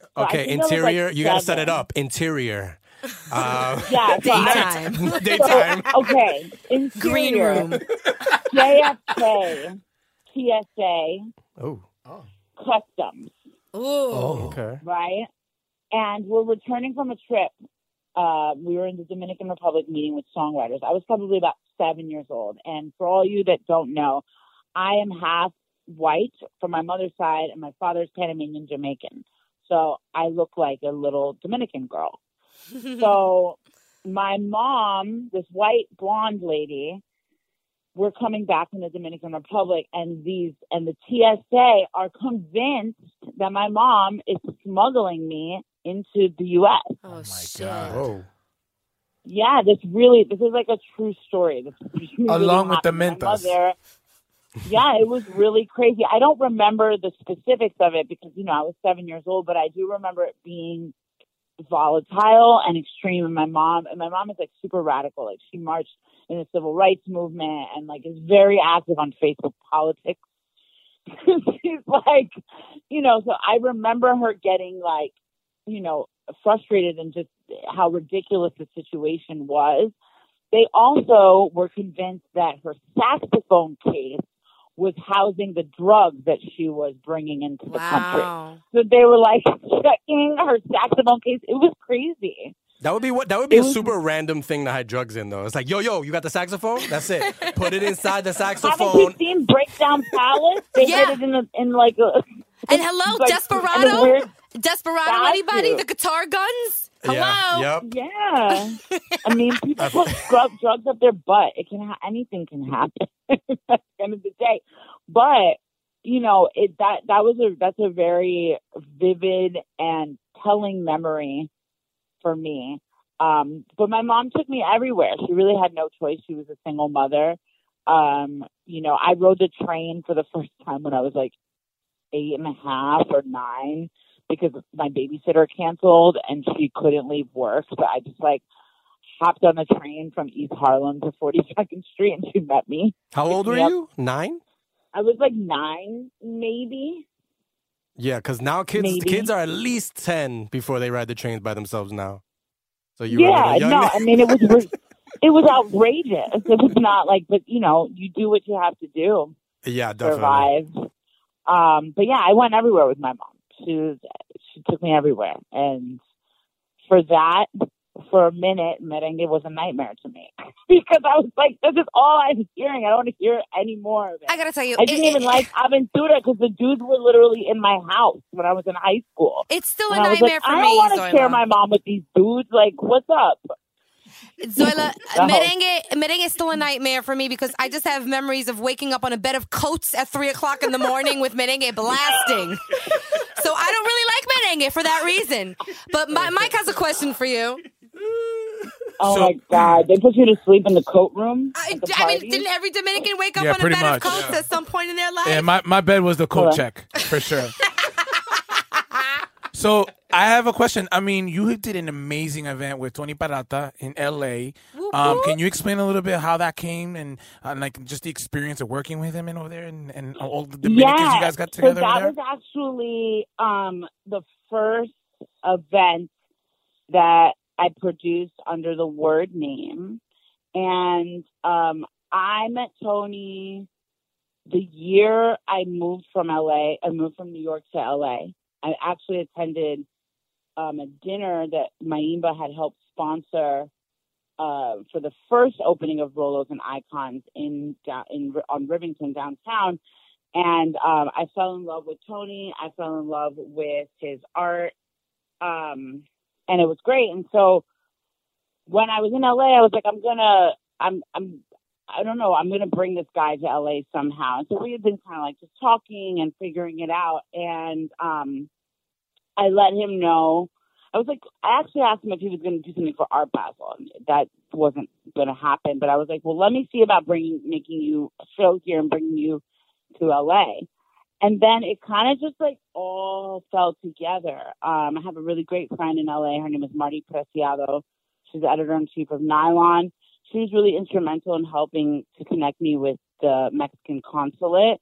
So I
Okay,
think I was, like,
interior. you gotta set it
seven.
up. Interior.
Um,
Yeah,
night- daytime.
So, okay, interior.
Green room.
JFK, TSA,
Oh.
customs,
Ooh.
Okay.
right? And we're returning from a trip. Uh, we were in the Dominican Republic meeting with songwriters. I was probably about seven years old. And for all you that don't know, I am half white from my mother's side, and my father's Panamanian Jamaican. So I look like a little Dominican girl. so my mom, this white blonde lady, we're coming back from the Dominican Republic, and these and the TSA are convinced that my mom is smuggling me into the U.S.
Oh, shit.
Oh.
Yeah, this really, this is like a true story. This really
Along with the
happened. My
Mentos.
mother- yeah, it was really crazy. I don't remember the specifics of it because, you know, I was seven years old, but I do remember it being volatile and extreme. And my mom, and my mom is like super radical. Like she marched in the civil rights movement and like is very active on Facebook politics. She's like, you know, so I remember her getting like, you know, frustrated and just how ridiculous the situation was. They also were convinced that her saxophone case was housing the drugs that she was bringing into the country.
Wow.
So they were like checking her saxophone case. It was crazy.
That would be what. That would be
It
a
was-
super random thing to hide drugs in, though. It's like, yo, yo, you got the saxophone? That's it. Put it inside the
Haven't you
saxophone.
seen Breakdown Palace? They
Yeah.
hid it in, a, in like a.
And hello,
like, in a
Desperado?
weird-
Desperado,
Got
anybody?
you.
The guitar guns? Hello?
Yeah. Yep.
yeah. I mean, people put scrub drugs up their butt. It can ha- anything can happen at the end of the day. But you know, it that that was a that's a very vivid and telling memory for me. Um, but my mom took me everywhere. She really had no choice. She was a single mother. Um, you know, I rode the train for the first time when I was like eight and a half or nine because my babysitter canceled and she couldn't leave work. So I just like hopped on the train from East Harlem to 42nd Street and she met me.
How old were
Yep.
you? Nine.
I was like nine, maybe.
Yeah, because now kids
Maybe.
kids are at least ten before they ride the trains by themselves now. So you were
yeah,
really young.
no, I mean it was it was outrageous. It was not like, but you know, you do what you have to do.
yeah,
to
definitely.
survive. Um, but yeah, I went everywhere with my mom. She was, she took me everywhere, and for that, for a minute, merengue was a nightmare to me because I was like, "This is all I'm hearing. I don't want to hear any more of it."
I gotta tell you,
I didn't
it-
even like Aventura because the dudes were literally in my house when I was in high school.
It's still a
And I was
nightmare
like,
for
I
me.
don't want to
Zoila.
share my mom with these dudes. Like, what's up?
Zoila,
No.
merengue, merengue is still a nightmare for me because I just have memories of waking up on a bed of coats at three o'clock in the morning with merengue blasting. So I don't really like merengue for that reason. But my, Mike has a question for you.
Oh
So- mm,
my god, they put you to sleep in the coat room.
I,
at the
I mean,
party?
didn't every Dominican wake up
Yeah,
on a
pretty
bed of
much.
coats at some point in their life?
Yeah, my, my bed was the coat
Hold on.
check for sure. so I have a question. I mean, you did an amazing event with Tony Parata in L.A. Um, can you explain a little bit how that came and uh, like just the experience of working with him and over there and, and all the Dominicans
yeah,
you guys got
so
together
that
over there?
was actually um, the first event that I produced under the word name, and um, I met Tony the year I moved from LA. I moved from New York to LA. I actually attended um, a dinner that Maimba had helped sponsor uh, for the first opening of Rolos and Icons in down, in on Rivington downtown, and um, I fell in love with Tony. I fell in love with his art, um, and it was great. And so when I was in LA, I was like, I'm gonna, I'm, I'm, I don't know, I'm gonna bring this guy to LA somehow. And so we had been kind of like just talking and figuring it out, and um, I let him know. I was like, I actually asked him if he was going to do something for Art Basel, and that wasn't going to happen. But I was like, well, let me see about bringing, making you a show here and bringing you to LA. And then it kind of just like all fell together. Um, I have a really great friend in LA. Her name is Marty Preciado. She's the editor in chief of Nylon. She was really instrumental in helping to connect me with the Mexican consulate.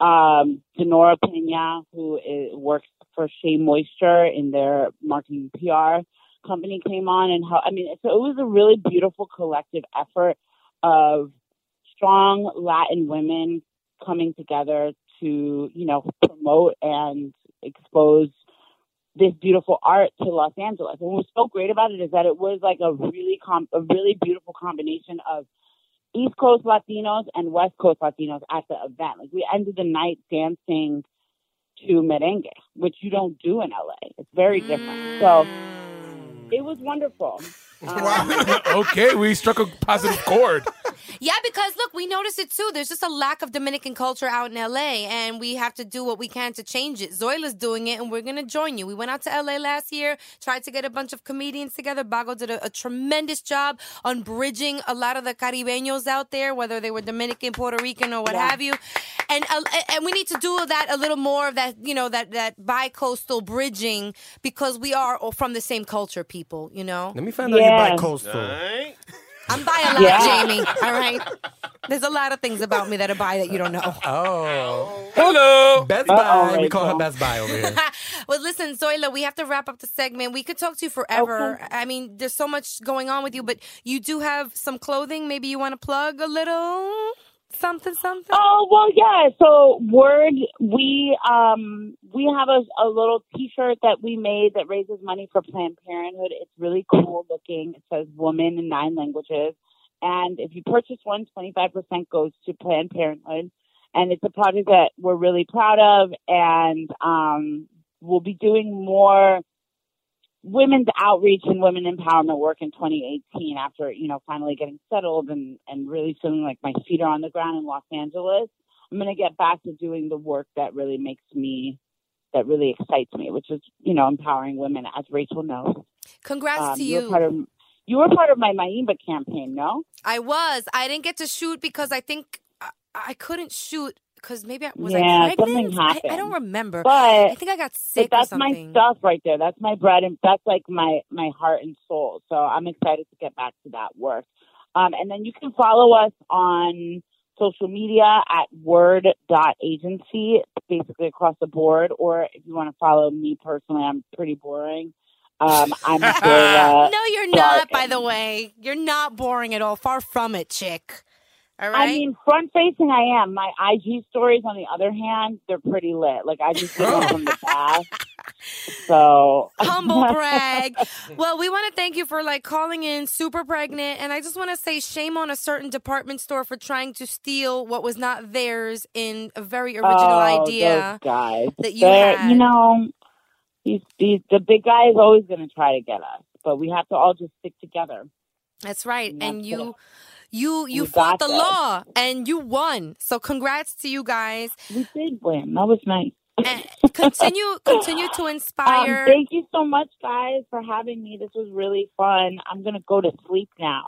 Um, Denora Pena, who is, works for Shea Moisture in their marketing PR
company came on and how I mean, so it was a really beautiful collective effort of strong Latin women coming together to, you know, promote and expose this beautiful art to Los Angeles. And what was so great about it is that it was like a really com- a really beautiful combination of East Coast Latinos and West Coast Latinos at the event. Like we ended the night dancing to merengue, which you don't do in LA. It's very different. So it was wonderful. Um,
okay, we struck a positive chord.
Yeah, because look, we notice it too. There's just a lack of Dominican culture out in LA, and we have to do what we can to change it. Zoila's doing it, and we're going to join you. We went out to LA last year, tried to get a bunch of comedians together. Bago did a, a tremendous job on bridging a lot of the Caribeños out there, whether they were Dominican, Puerto Rican, or what have you. And uh, and we need to do that a little more of that, you know, that that bi-coastal bridging because we are all from the same culture, people. You know.
Let me find out you're
Yeah.
bi-coastal.
I'm bi a lot,
Yeah.
Jamie. All right. There's a lot of things about me that are bi that you don't know.
Oh. Hello. Best Buy. We call her Best Buy over here.
well, listen, Zoila, we have to wrap up the segment. We could talk to you forever. I mean, there's so much going on with you, but you do have some clothing. Maybe you want to plug a little something, something.
Oh well, yeah. So word, we um we have a, a little T-shirt that we made that raises money for Planned Parenthood. It's really cool looking. It says "Woman in nine languages," and if you purchase one, 25 percent goes to Planned Parenthood. And it's a project that we're really proud of, and um, we'll be doing more women's outreach and women empowerment work in 2018 after, you know, finally getting settled and, and really feeling like my feet are on the ground in Los Angeles. I'm going to get back to doing the work that really makes me, that really excites me, which is, you know, empowering women, as Rachel knows.
Congrats
Um,
to
you.
you.
Were part of, you were part of my Maimba campaign, no?
I was. I didn't get to shoot because I think I, I couldn't shoot because maybe I was
Yeah,
I pregnant.
something
I- I,
happened.
don't remember.
But
I think I got
But
sick.
that's
or
my
something.
stuff right there. That's my bread and that's like my my heart and soul. So I'm excited to get back to that work. Um, and then you can follow us on social media at word.agency, basically across the board. Or if you want to follow me personally, I'm pretty boring. Um, I'm Zola
no, you're
Clark.
not. By the way, you're not boring at all. Far from it, chick. All right.
I mean, front facing, I am. My IG stories, on the other hand, they're pretty lit. Like I just did one from the past. So
humble brag. Well, we want to thank you for like calling in super pregnant, and I just want to say shame on a certain department store for trying to steal what was not theirs in a very original
Oh,
idea.
Those guys.
that you
They're-
had.
You know, these, these, the big guy is always going to try to get us, but we have to all just stick together.
That's right, and
that's
you.
it.
You you
We
fought
got
the
this.
law and you won. So congrats to you guys.
We did win. That was nice.
Continue continue to
Um,
inspire.
thank you so much, guys, for having me. This was really fun. I'm going to go to sleep now.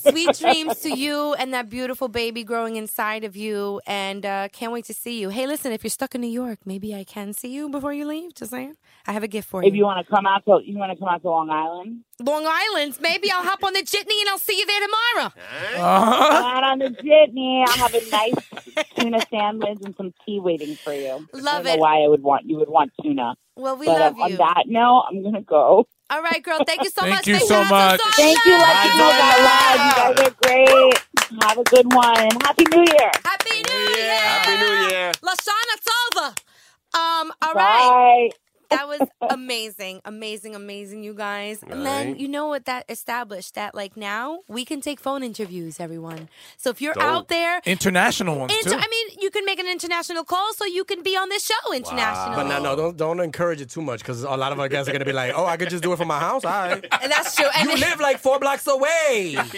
Sweet dreams to you and that beautiful baby growing inside of you. And uh, can't wait to see you. Hey, listen, if you're stuck in New York, maybe I can see you before you leave. Just saying. I have a gift for you.
If you want to come out to you want to come out to Long Island,
Long Island, maybe I'll hop on the jitney and I'll see you there tomorrow.
come out on the jitney. I'll have a nice tuna sandwich and some tea waiting for you. I don't
Love
know
it.
why I would want you would want tuna.
Well, we
but
love
um,
you.
on that note, I'm gonna go.
All right, girl. Thank you so
Thank
much.
you
Thank
so much.
Thank you, Latinos Out Loud. You guys are great. Have a good one. and Happy New Year.
Happy New Year. Happy
New Year.
Lashana Tova. Um, all right.
Bye.
That was amazing, amazing, amazing, you guys. And then
Right.
you know what that established that like now we can take phone interviews, everyone. So if you're
Dope.
out there,
International ones
inter-
too.
I mean, you can make an international call so you can be on this show internationally.
But no, no, don't don't encourage it too much because a lot of our guys are gonna be like, "Oh, I could just do it from my house." All right.
And that's true. And,
You live like four blocks away.
and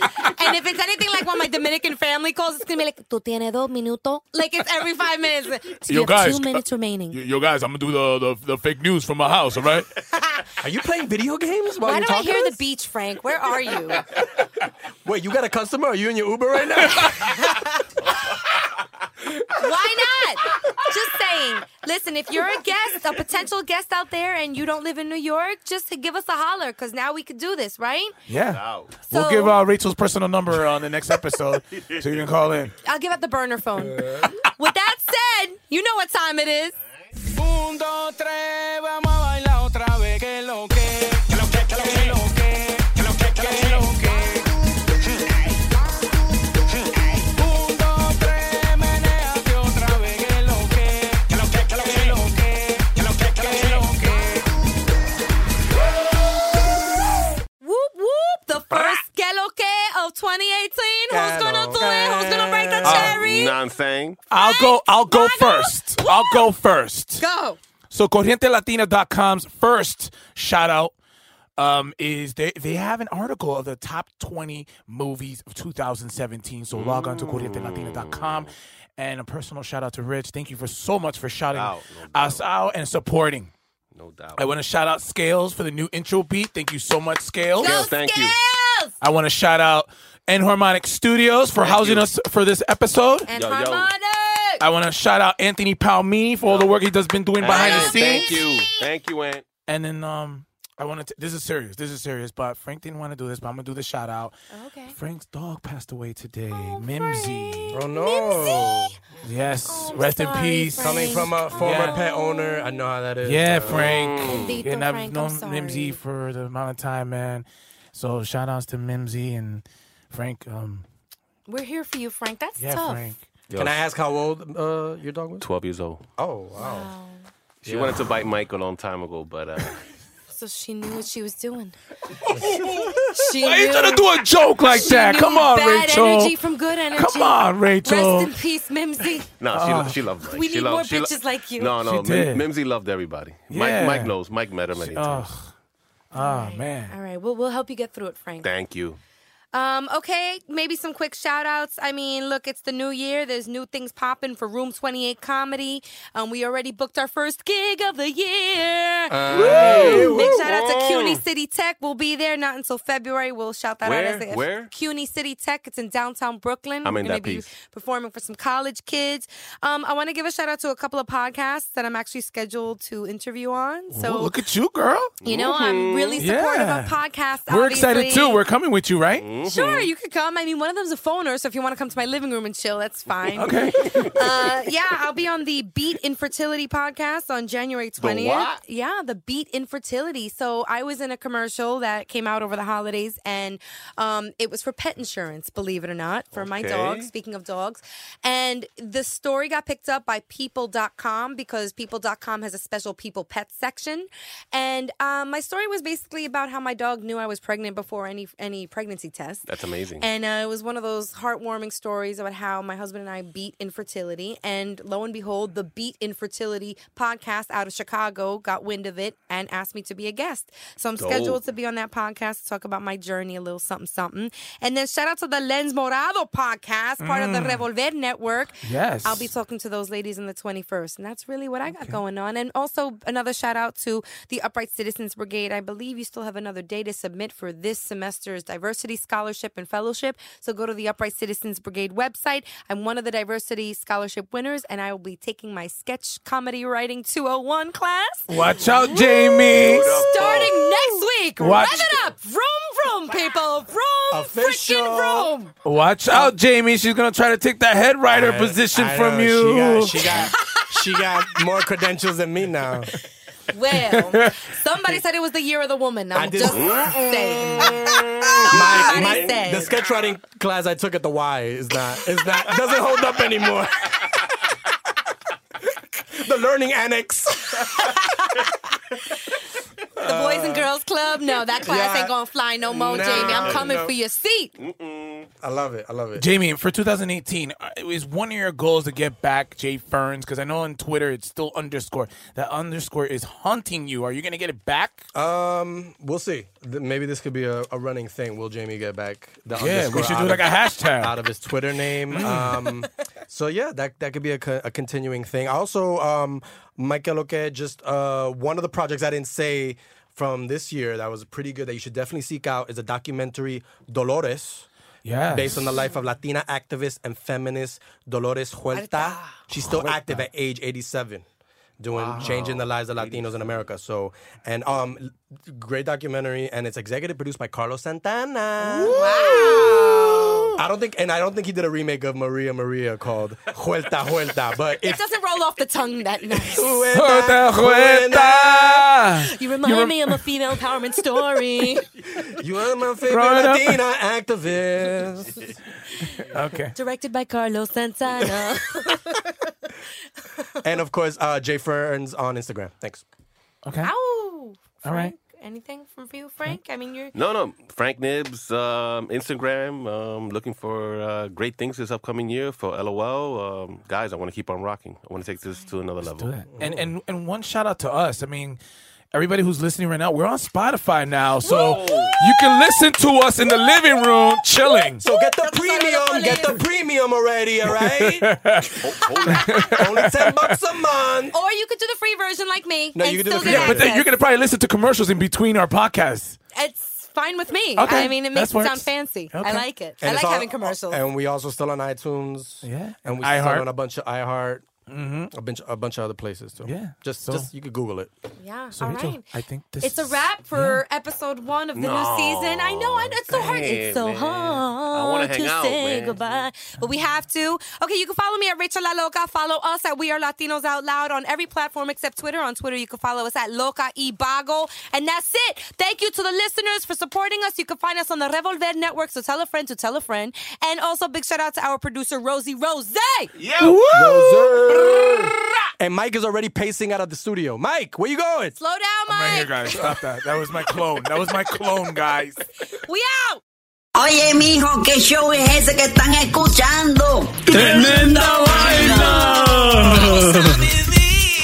if it's anything like when my Dominican family calls, it's gonna be like, "Tú tienes dos minutos." Like it's every five minutes. So you
Yo,
have
guys,
two minutes remaining.
Yo, yo, guys, I'm gonna do the, the the fake news from my house. All right.
Are you playing video games while
Why
you're
do I
talking?
hear
to
the beach, Frank? Where are you?
us? Wait, you got a customer? Are you in your Uber right now?
Why not? Just saying. Listen, if you're a guest, a potential guest out there, and you don't live in New York, just give us a holler because now we could do this, right?
Yeah.
So-
we'll give uh, Rachel's personal number on the next episode so you can call in.
I'll give out the burner phone. With that said, you know what time it is.
Un, dos, tres, vamos a bailar otra vez, que es lo que
Who's gonna do it? Who's gonna break the
Uh,
cherry?
know what I'm saying?
I'll go. I'll go first. I'll go first.
Go.
So CorrienteLatina.com's first shout out um, is they they have an article of the top 20 movies of 2017. So log on to CorrienteLatina.com. And a personal shout out to Rich. Thank you for so much for shouting us out and supporting.
No doubt.
I want to shout out Scales for the new intro beat. Thank you so much, Scales.
Scales, thank you.
I want to shout out Enharmonic Studios for housing us for this episode.
And harmonic.
I want to shout out Anthony Palmini for all the work he has been doing behind the
Ant,
scenes.
Thank you. Thank you, Ant.
And then um, I want to. This is serious. This is serious. But Frank didn't want to do this, but I'm gonna do the shout out.
Okay. Oh,
Frank's dog passed away today. Mimsy.
Oh no!
Yes. rest
Oh,
in peace.
Coming from a former
Yeah.
pet owner, I know how that is. Uh,
Yeah,
bro.
Frank.
Bendito,
And I've
Frank, I'm
known
sorry.
Mimsy for the amount of time, man. So shout outs to Mimsy and Frank. Um,
We're here for you, Frank. That's
yeah,
tough.
Frank.
Can I ask how old uh, your dog was?
12 years old.
Oh wow!
She wanted to bite Mike a long time ago, but uh,
So she knew what she was doing. she
Why you
knew-
gonna do a joke like
she
that?
knew
Come on,
bad
Rachel.
energy from good energy.
Come on, Rachel.
Rest in peace, Mimsy.
no, she,
Ah.
she loved Mike.
We
she
need
loved,
more
she lo-
bitches like you.
No, no,
She
Mim-
did.
Mimsy loved everybody.
Yeah.
Mike, Mike knows. Mike met her many times.
Oh, oh man.
All right, well, we'll help you get through it, Frank.
Thank you.
Um, okay, maybe some quick shout outs. I mean, look, it's the new year. There's new things popping for Room 28 Comedy. Um, we already booked our first gig of the year.
Uh,
Big shout out to CUNY City Tech. We'll be there not until February. We'll shout that
Where?
out. as a-
Where?
CUNY City Tech. It's in downtown Brooklyn.
I'm
We're
in
gonna
that
be
piece.
performing for some college kids. Um, I want to give a shout out to a couple of podcasts that I'm actually scheduled to interview on. So,
Ooh, look at you, girl.
you know, I'm really supportive
Yeah.
of podcasts.
We're excited
obviously.
too. We're coming with you, right?
Mm-hmm.
Sure, you could come. I mean, one of them's a phoner, so if you want to come to my living room and chill, that's fine.
Okay.
Uh, yeah, I'll be on the Beat Infertility podcast on January 20th.
what?
Yeah, the Beat Infertility. So I was in a commercial that came out over the holidays, and um, it was for pet insurance, believe it or not, for my dog.
Okay.
Speaking of dogs. And the story got picked up by people.com because people.com has a special people pet section. And um, my story was basically about how my dog knew I was pregnant before any any pregnancy test.
That's amazing.
And uh, it was one of those heartwarming stories about how my husband and I beat infertility. And lo and behold, the Beat Infertility podcast out of Chicago got wind of it and asked me to be a guest. So I'm scheduled to be on that podcast to talk about my journey, a little something, something. And then shout out to the Lens Morado podcast, part of the Revolver Network.
Yes.
I'll be talking to those ladies on the 21st. And that's really what I got going on. And also, another shout out to the Upright Citizens Brigade. I believe you still have another day to submit for this semester's diversity scholarship and fellowship. So go to the Upright Citizens Brigade website. I'm one of the diversity scholarship winners, and I will be taking my sketch comedy writing 201 class.
Watch out, Jamie.
Starting next week,
Watch-
rev it up, vroom vroom, people, vroom
Official.
freaking vroom.
Watch out, Jamie. She's gonna try to take that head writer
I-
position
I
from
know,
you.
She got, she got, she got more credentials than me now.
Well, somebody said it was the year of the woman. I'm
I did-
just saying.
My,
Somebody
my-
said.
the sketch writing class I took at the Y is not, is not, doesn't hold up anymore. the learning annex.
The Boys
Uh,
and Girls Club? No, that class
yeah.
ain't gonna fly no more,
Nah,
Jamie. I'm coming
no.
for your seat.
I love it. I love it.
Jamie, for 2018, uh, is one of your goals to get back Jay Ferns? Because I know on Twitter it's still underscore. That underscore is haunting you. Are you gonna get it back?
Um, we'll see. Th- Maybe this could be a, a running thing. Will Jamie get back? The
yeah, we
underscore
should
out
do
of-
like a hashtag.
out of his Twitter name. Um, so yeah, that that could be a, co- a continuing thing. Also, um, Michael Oke, just uh, one of the projects I didn't say from this year that was pretty good that you should definitely seek out is a documentary Dolores.
Yeah.
Based on the life of Latina activist and feminist Dolores Huerta. She's still active at age 87, doing changing the lives of Latinos in America. So, and um, l- great documentary, and it's executive produced by Carlos Santana. Wow! I don't think, and I don't think he did a remake of Maria Maria called Huerta Huerta, but
It
if
doesn't roll off the tongue that nice.
Huerta, huerta.
You remind me of a female empowerment story.
you are my favorite
Growing up.
Latina activist.
Okay.
Directed by Carlos Santana.
and of course, uh, Jay Ferns on Instagram. Thanks.
Okay.
Ow!
All right.
Frank, anything from you, Frank? I mean, you're
No, no. Frank Nibs, um, Instagram, um, looking for uh, great things this upcoming year for LOL. Um, guys, I want to keep on rocking. I want to take this to another level.
And and and one shout out to us. I mean, everybody who's listening right now, we're on Spotify now, so you can listen to us in the living room chilling.
So get the premium, get the premium already, all right? Only 10 bucks a month.
Or you could do the free version like me.
No,
and
you can do
still
the
get
yeah, but then
access.
you're gonna probably listen to commercials in between our podcasts.
It's fine with me.
Okay,
I mean, it
that
makes it sound
works.
fancy. I
Okay.
like it.
And
I
it's
like
all-
having commercials.
And we also still on iTunes.
Yeah.
And we
iHeart. Mm-hmm.
still on a bunch of iHeart. A bunch, a bunch of other places too.
Yeah,
just,
so-
just you could Google it.
yeah.
So,
all
Rachel,
right.
I think this
it's a wrap for episode one of the new
No,
season. I know, I know it's so hard. It's so
man. I wanna
hard
hang
to
out,
say
man.
goodbye, but we have to. Okay, you can follow me at Rachel La Loca. Follow us at We Are Latinos Out Loud on every platform except Twitter. On Twitter, you can follow us at Loca Ibago, and that's it. Thank you to the listeners for supporting us. You can find us on the Revolver Network. So tell a friend to tell a friend, and also big shout out to our producer Rosie Rose.
And Mike is already pacing out of the studio. Mike, where you going?
Slow down, Mike.
Right here, guys. Stop that. That was my clone. That was my clone, guys.
We out.
Oye, mijo, ¿qué show es ese que están escuchando?
¡Tremenda vaina!